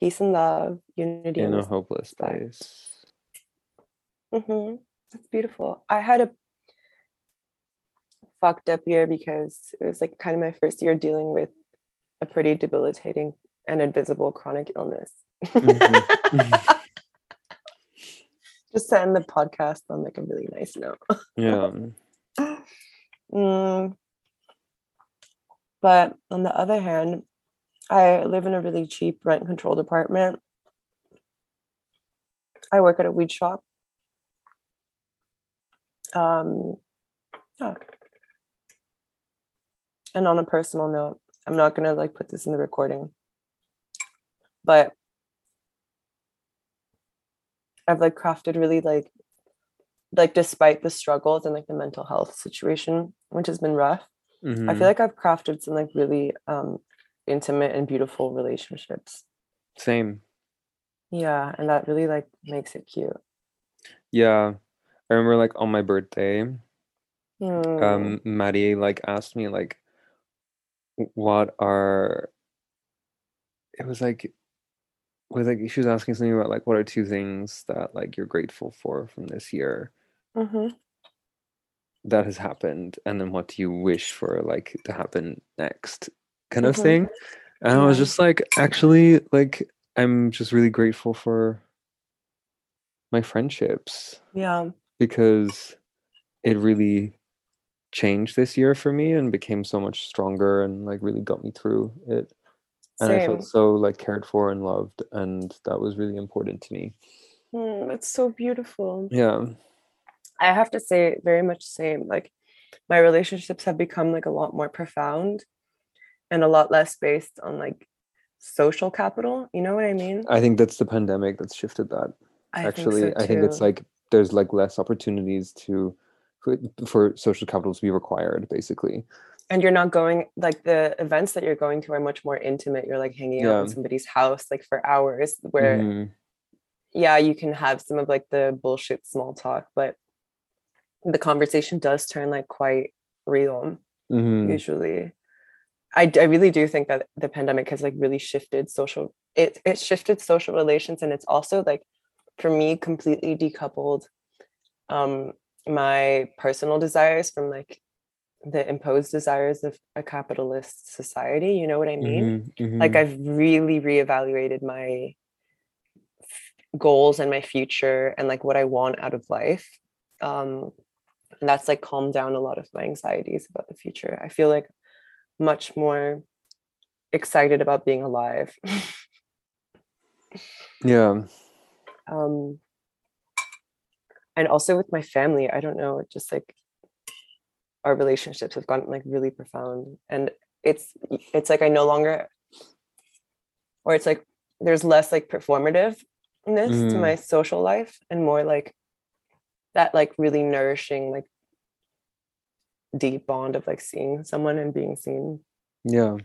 Speaker 2: peace and love unity
Speaker 1: in
Speaker 2: and
Speaker 1: a hopeless
Speaker 2: back.
Speaker 1: place.
Speaker 2: Mm-hmm. That's beautiful. I had a fucked up year because it was like kind of my first year dealing with a pretty debilitating and invisible chronic illness.
Speaker 1: Mhm.
Speaker 2: [LAUGHS] Just to end the podcast on like a really nice note.
Speaker 1: Yeah.
Speaker 2: Oh. Mm. But on the other hand, I live in a really cheap rent controlled apartment. I work at a weed shop. Um, yeah. And on a personal note, I'm not gonna like put this in the recording, but I've like crafted really like like despite the struggles and like the mental health situation, which has been rough. I
Speaker 1: Mhm.
Speaker 2: feel like I've crafted some like really um intimate and beautiful relationships.
Speaker 1: Same.
Speaker 2: Yeah, and that really like makes it cute.
Speaker 1: Yeah. I remember like on my birthday,
Speaker 2: Mm.
Speaker 1: um Maddie like asked me like w- what are it was like was like she was asking something about like what are two things that like you're grateful for from this year
Speaker 2: Mhm.
Speaker 1: that has happened and then what do you wish for like to happen next kind of
Speaker 2: Mhm.
Speaker 1: thing and i was
Speaker 2: Yeah.
Speaker 1: just like actually like i'm just really grateful for my friendships
Speaker 2: Yeah.
Speaker 1: because it really changed this year for me and became so much stronger and like really got me through it and i
Speaker 2: Same.
Speaker 1: felt so like cared for and loved and that was really important to me
Speaker 2: Mm, it's so beautiful.
Speaker 1: yeah
Speaker 2: I have to say very much same. Like my relationships have become like a lot more profound and a lot less based on like social capital. You know what I mean?
Speaker 1: i think that's the pandemic that's shifted that
Speaker 2: I
Speaker 1: Uh, actually
Speaker 2: think so
Speaker 1: i think it's
Speaker 2: too.
Speaker 1: like there's like less opportunities to for, for social capital to be required basically
Speaker 2: and you're not going like the events that you're going to are much more intimate. You're like hanging out in
Speaker 1: Yeah.
Speaker 2: somebody's house like for hours where
Speaker 1: Mhm.
Speaker 2: yeah, you can have some of like the bullshit small talk, but the conversation does turn like quite real
Speaker 1: Mhm.
Speaker 2: usually. I, d- I really do think that the pandemic has like really shifted social it it shifted social relations and it's also like for me completely decoupled um my personal desires from like the imposed desires of a capitalist society you know what i mean
Speaker 1: Mhm. Mhm.
Speaker 2: like i've really reevaluated my f- goals and my future and like what i want out of life um and that's like calmed down a lot of my anxieties about the future i feel like much more excited about being alive [LAUGHS]
Speaker 1: yeah
Speaker 2: um and also with my family i don't know it just like our relationships have gotten like really profound and it's it's like i no longer or it's like there's less like performativeness to
Speaker 1: Mm.
Speaker 2: my social life and more like that like really nourishing like deep bond of like seeing someone and being seen
Speaker 1: yeah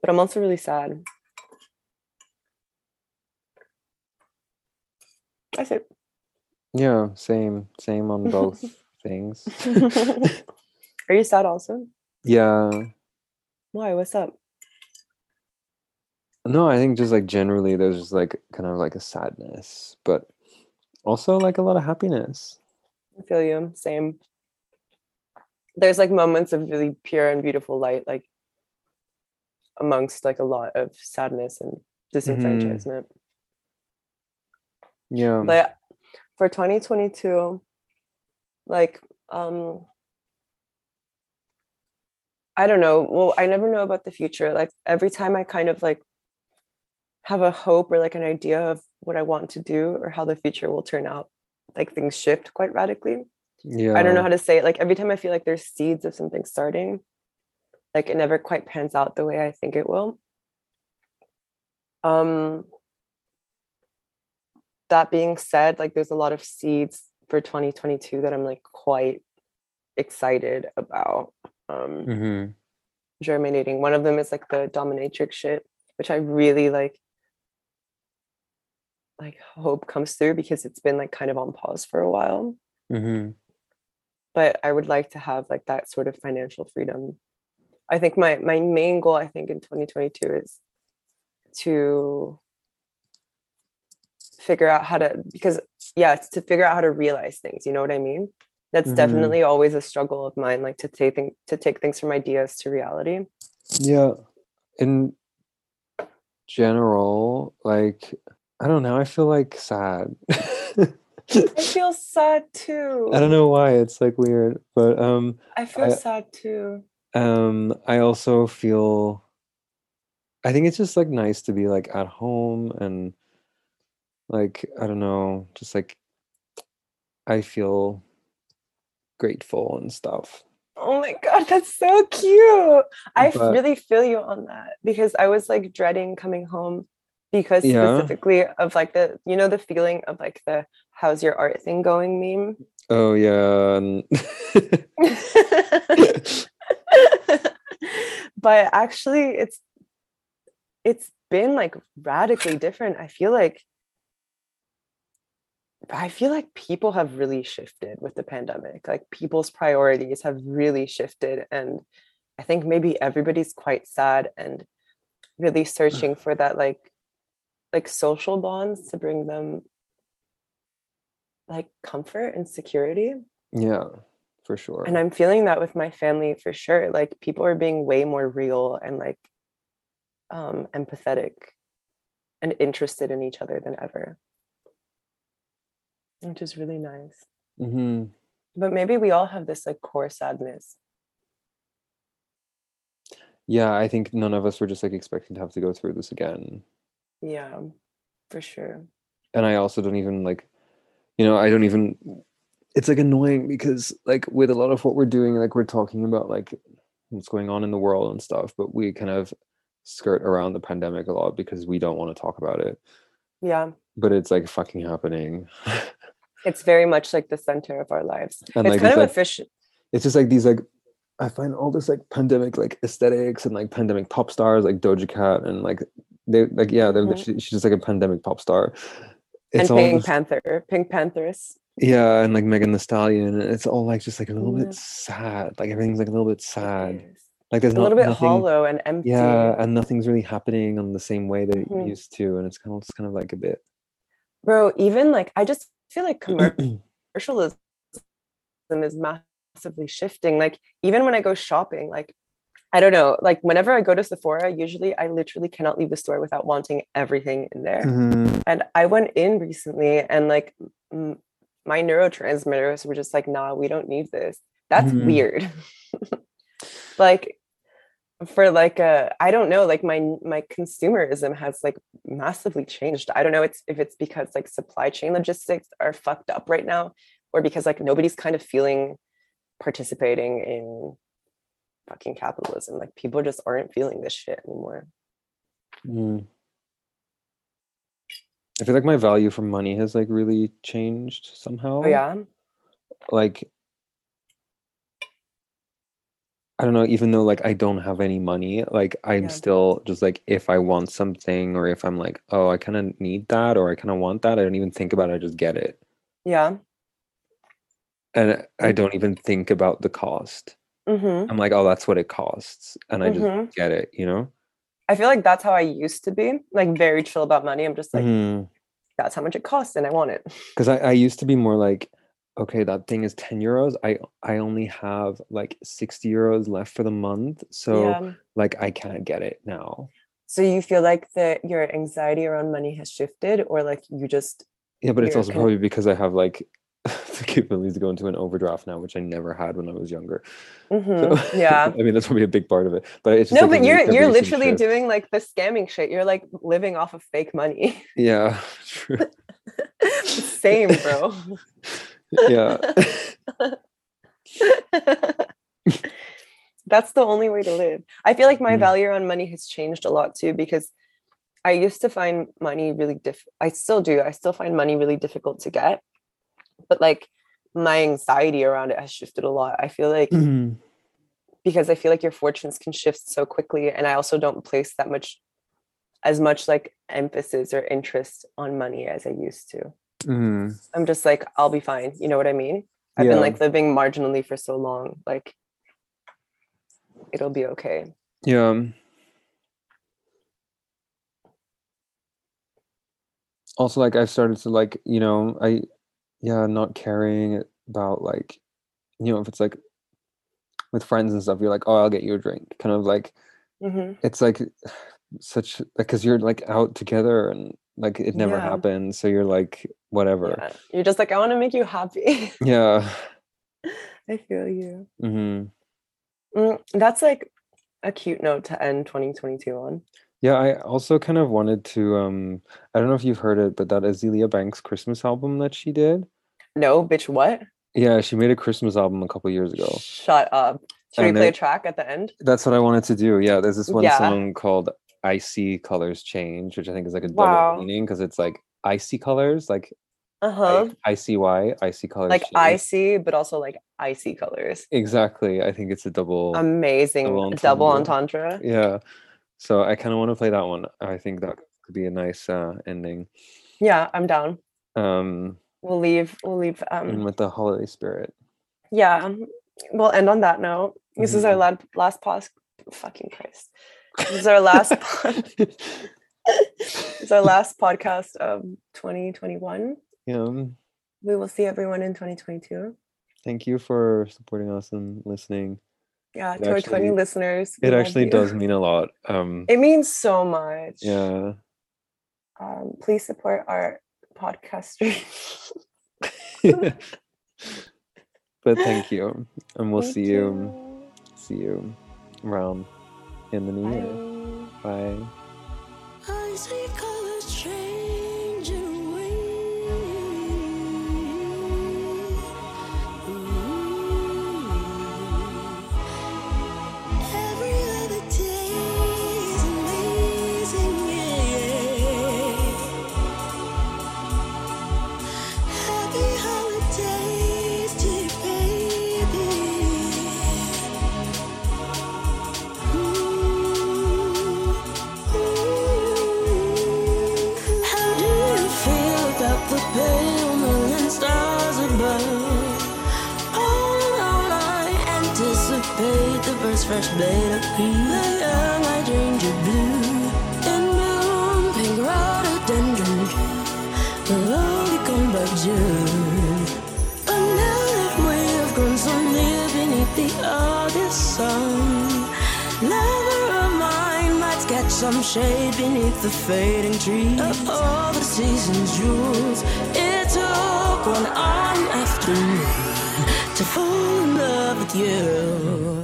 Speaker 2: but i'm also really sad that's it
Speaker 1: Yeah, same, same
Speaker 2: [LAUGHS]
Speaker 1: on both things. [LAUGHS]
Speaker 2: Are you sad also?
Speaker 1: Yeah.
Speaker 2: Why? What's up?
Speaker 1: No, I think just like generally there's just like kind of like a sadness, but also like a lot of happiness.
Speaker 2: I feel you. Same. There's like moments of really pure and beautiful light, like amongst like a lot of sadness and disenfranchisement.
Speaker 1: Yeah.
Speaker 2: But for 2022, like um I don't know. Well, I never know about the future. Like every time I kind of like have a hope or like an idea of what I want to do or how the future will turn out, like things shift quite radically.
Speaker 1: yeah.
Speaker 2: I don't know how to say it. Like every time I feel like there's seeds of something starting, like it never quite pans out the way I think it will. Um that being said, like there's a lot of seeds for 2022 that I'm like quite excited about um
Speaker 1: Mm-hmm.
Speaker 2: germinating. One of them is like the dominatrix shit, which I really like like hope comes through because it's been like kind of on pause for a while.
Speaker 1: Mm-hmm.
Speaker 2: but I would like to have like that sort of financial freedom. I think my my main goal I think in 2022 is to figure out how to because yeah, it's to figure out how to realize things, you know what I mean? That's
Speaker 1: Mhm.
Speaker 2: definitely always a struggle of mine like to take thing, to take things from ideas to reality.
Speaker 1: Yeah. In general, like I don't know, I feel like sad. [LAUGHS]
Speaker 2: I feel sad too.
Speaker 1: I don't know why, it's like weird, but um
Speaker 2: I feel
Speaker 1: I-
Speaker 2: sad too.
Speaker 1: um i also feel i think it's just like nice to be like at home and like i don't know just like i feel grateful and stuff
Speaker 2: Oh my god, that's so cute. I f-
Speaker 1: But-
Speaker 2: really feel you on that because I was like dreading coming home because
Speaker 1: Yeah.
Speaker 2: specifically of like the you know the feeling of like the how's your art thing
Speaker 1: [LAUGHS]
Speaker 2: going meme. [LAUGHS]
Speaker 1: oh yeah and- [LAUGHS]
Speaker 2: [LAUGHS] but actually it's it's been like radically different. I feel like I feel like people have really shifted with the pandemic. Like people's priorities have really shifted. And I think maybe everybody's quite sad and really searching for that like like social bonds to bring them like comfort and security.
Speaker 1: yeah for sure
Speaker 2: And I'm feeling that with my family for sure. Like people are being way more real and like um empathetic and interested in each other than ever. Which is really nice.
Speaker 1: hmm
Speaker 2: But maybe we all have this like core sadness.
Speaker 1: yeah i think none of us were just like expecting to have to go through this again
Speaker 2: Yeah, for sure.
Speaker 1: and I also don't even like, you know, I don't even. It's like annoying because like with a lot of what we're doing, like we're talking about like what's going on in the world and stuff, but we kind of skirt around the pandemic a lot because we don't want to talk about it.
Speaker 2: Yeah,
Speaker 1: But it's like fucking happening,
Speaker 2: it's very much like the center of our lives.
Speaker 1: and
Speaker 2: it's
Speaker 1: like
Speaker 2: kind
Speaker 1: it's,
Speaker 2: of
Speaker 1: like
Speaker 2: efficient.
Speaker 1: it's just like these like. I find all this like pandemic like aesthetics and like pandemic pop stars like Doja Cat and like they like yeah they're
Speaker 2: Mhm.
Speaker 1: literally she's just like a pandemic pop star.
Speaker 2: And
Speaker 1: all
Speaker 2: Pink
Speaker 1: just-
Speaker 2: Panther, Pink Panthers.
Speaker 1: Yeah, and like Megan the Stallion, and it's all like just like a little
Speaker 2: Yeah.
Speaker 1: bit sad. Like everything's like a little bit sad.
Speaker 2: Yes.
Speaker 1: Like there's
Speaker 2: A
Speaker 1: not
Speaker 2: little bit
Speaker 1: Uh, nothing,
Speaker 2: hollow and empty.
Speaker 1: Yeah, and nothing's really happening on the same way that it
Speaker 2: Mhm.
Speaker 1: used to, and it's kind of it's kind of like a bit.
Speaker 2: Bro, even like I just feel like
Speaker 1: Mm-hmm. [CLEARS THROAT]
Speaker 2: commercialism is massively shifting. Like even when I go shopping, like I don't know, like whenever I go to Sephora, usually I literally cannot leave the store without wanting everything in there.
Speaker 1: Mhm.
Speaker 2: and I went in recently and like m- my neurotransmitters were just like, nah, we don't need this. That's
Speaker 1: Mhm.
Speaker 2: weird. [LAUGHS] like for like a I don't know, like my n- my consumerism has like massively changed. I don't know it's if it's because like supply chain logistics are fucked up right now or because like nobody's kind of feeling participating in fucking capitalism. Like people just aren't feeling this shit anymore.
Speaker 1: Mm. I feel like my value for money has like really changed somehow.
Speaker 2: Oh yeah.
Speaker 1: Like I don't know, even though like I don't have any money, like I'm
Speaker 2: Yeah.
Speaker 1: still just like if I want something or if I'm like, oh, I kind of need that or I kind of want that, I don't even think about it, I just get it.
Speaker 2: Yeah.
Speaker 1: and I don't even think about the cost.
Speaker 2: Mm-hmm.
Speaker 1: I'm like, oh, that's what it costs, and I just
Speaker 2: hmm
Speaker 1: get it, you know.
Speaker 2: I feel like that's how I used to be, like very chill about money. I'm just like,
Speaker 1: Because
Speaker 2: that's how much it costs and I want it.
Speaker 1: Hmm. I, I used to be more like, okay, that thing is ten euros. I I only have like sixty euros left for the month, so
Speaker 2: Yeah.
Speaker 1: like I can't get it now.
Speaker 2: So you feel like that your anxiety around money has shifted or like you just
Speaker 1: Yeah, but it's
Speaker 2: You're
Speaker 1: also
Speaker 2: con-
Speaker 1: probably because I have like [LAUGHS] the capability to go into an overdraft now, which I never had when I was younger. [LAUGHS] So
Speaker 2: Mhm.
Speaker 1: [LAUGHS]
Speaker 2: yeah.
Speaker 1: I mean, that's probably a big part of it. But it's just
Speaker 2: No,
Speaker 1: like a
Speaker 2: but you're
Speaker 1: re- a
Speaker 2: you're
Speaker 1: recent
Speaker 2: literally
Speaker 1: shift.
Speaker 2: doing like the scamming shit. You're like living off of fake money. [LAUGHS]
Speaker 1: [LAUGHS] Yeah, true.
Speaker 2: Same, bro.
Speaker 1: [LAUGHS] Yeah. [CLEARS THROAT]
Speaker 2: [LAUGHS] That's the only way to live. I feel like my
Speaker 1: Mm.
Speaker 2: value on money has changed a lot too because I used to find money really diff I still do. I still find money really difficult to get, but like my anxiety around it has shifted a lot. I feel like
Speaker 1: Mhm.
Speaker 2: because I feel like your fortunes can shift so quickly and I also don't place that much as much like emphasis or interest on money as I used to.
Speaker 1: Mhm.
Speaker 2: I'm just like, I'll be fine. You know what I mean? I've
Speaker 1: Yeah.
Speaker 2: been like living marginally for so long. Like, it'll be okay.
Speaker 1: Yeah. um Also, like I've started to like, you know, I yeah, not caring about like, you know, if it's like with friends and stuff, you're like, oh, I'll get you a drink. Kind of like
Speaker 2: hmm
Speaker 1: it's like such like because you're like out together and like it never
Speaker 2: Yeah.
Speaker 1: happened, so you're like whatever.
Speaker 2: Yeah. You're just like, I want to make you happy. [LAUGHS]
Speaker 1: Yeah. [SIGHS]
Speaker 2: I feel you.
Speaker 1: hmm
Speaker 2: Mm, that's like a cute note to end 2022 on.
Speaker 1: Yeah, I also kind of wanted to um I don't know if you've heard it, but that Azealia Banks Christmas album that she did.
Speaker 2: No, bitch, what?
Speaker 1: Yeah, she made a Christmas album a couple years ago.
Speaker 2: Shut up. Should
Speaker 1: And
Speaker 2: we play a
Speaker 1: it-
Speaker 2: track at the end?
Speaker 1: That's what I wanted to do. Yeah, there's this one
Speaker 2: Yeah.
Speaker 1: song called "I See Colors Change," which I think is like a
Speaker 2: Wow.
Speaker 1: double meaning because it's like icy colors, like
Speaker 2: Uh huh.
Speaker 1: I I C Y, icy colors.
Speaker 2: Like
Speaker 1: change.
Speaker 2: icy, but also like icy colors.
Speaker 1: Exactly. I think it's a double.
Speaker 2: Amazing
Speaker 1: Double
Speaker 2: double
Speaker 1: entendre.
Speaker 2: entendre.
Speaker 1: yeah. So I kind of want to play that one. I think that could be a nice uh, ending.
Speaker 2: Yeah, I'm down.
Speaker 1: Um,
Speaker 2: We'll leave. We'll leave. Um,
Speaker 1: and with the holiday
Speaker 2: [LAUGHS]
Speaker 1: spirit. [LAUGHS]
Speaker 2: yeah um, we'll end on that note this is our
Speaker 1: Mhm.
Speaker 2: lad- last pos fucking christ this is our
Speaker 1: [LAUGHS]
Speaker 2: last po- this is our last podcast of 2021
Speaker 1: yeah.
Speaker 2: we will see everyone in 2022
Speaker 1: Um, Thank you for supporting us and listening.
Speaker 2: yeah
Speaker 1: It
Speaker 2: to our 20
Speaker 1: actually-
Speaker 2: listeners we
Speaker 1: It
Speaker 2: love
Speaker 1: actually
Speaker 2: you.
Speaker 1: does mean a lot. Um,
Speaker 2: it means so much [LAUGHS]
Speaker 1: yeah. [LAUGHS]
Speaker 2: um, please support our podcast stream [LAUGHS]
Speaker 1: but thank you. And we'll
Speaker 2: Thank
Speaker 1: see you see you around in the new year.
Speaker 2: Bye.
Speaker 1: Bye.
Speaker 3: I see colors changing away. Every other day is amazing, yeah. Happy holidays to you, baby. How do you feel about the pale moon and stars above? All alone I anticipate the first fresh blade of green. My young, I dreamed you blue and moon, pink rhododendron. Will all become by June. But now that we have gone so near beneath the August sun, lover of mine might catch some shade beneath the fading trees. Of all the season's jewels, it took one arm afternoon to fall in love with you.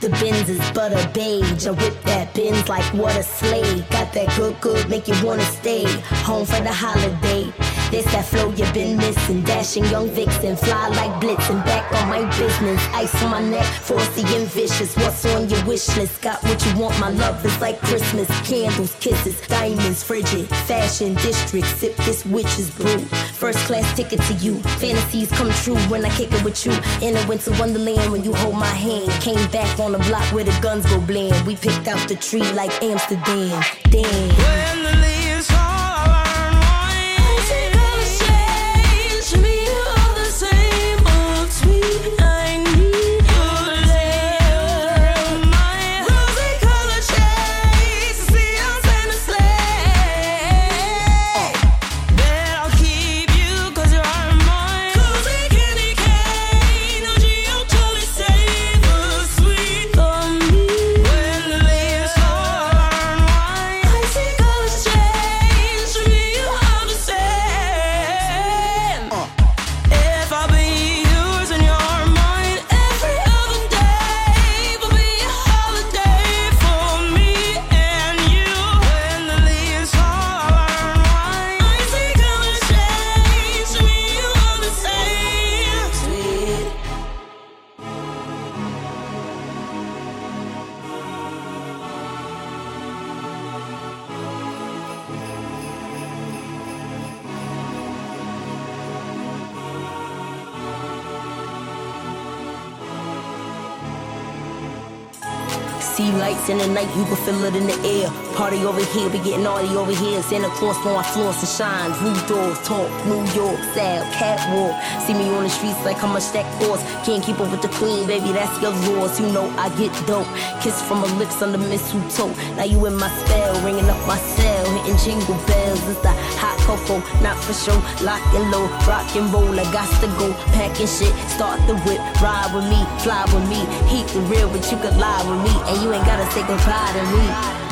Speaker 4: The Benz is butter beige. I whip that Benz like what a slave. Got that good, good, make you wanna stay home for the holiday. This that flow you've been missing. Dashing young vixen, fly like blitzing. Back on my business, ice on my neck, frosty and vicious. What's on your wish list? Got what you want, my love. It's like Christmas, candles, kisses, diamonds, frigid, fashion district. Sip this witch's brew. First class ticket to you. Fantasies come true when I kick it with you. In a winter wonderland when you hold my hand. Came back on the block where the guns go bland. We picked out the tree like Amsterdam. Damn.
Speaker 3: When the leaves fall, I learn one.
Speaker 4: See lights in the night, you can feel it in the air. Party over here, we getting naughty over here. Santa Claus on our floors and shine. Roof doors, talk, New York style, catwalk. See me on the streets like how much that cost. Can't keep up with the queen, baby, that's your laws. You know I get dope. Kiss from her lips on the mistletoe. Now you in my spell, ringing up my cell, hitting jingle bells. It's the hot cocoa, not for show. Lock and low, rock and roll. I got to go, packing shit, start the whip, ride with me, fly with me. Heat the real, but you could lie with me, and you ain't gotta say goodbye to me.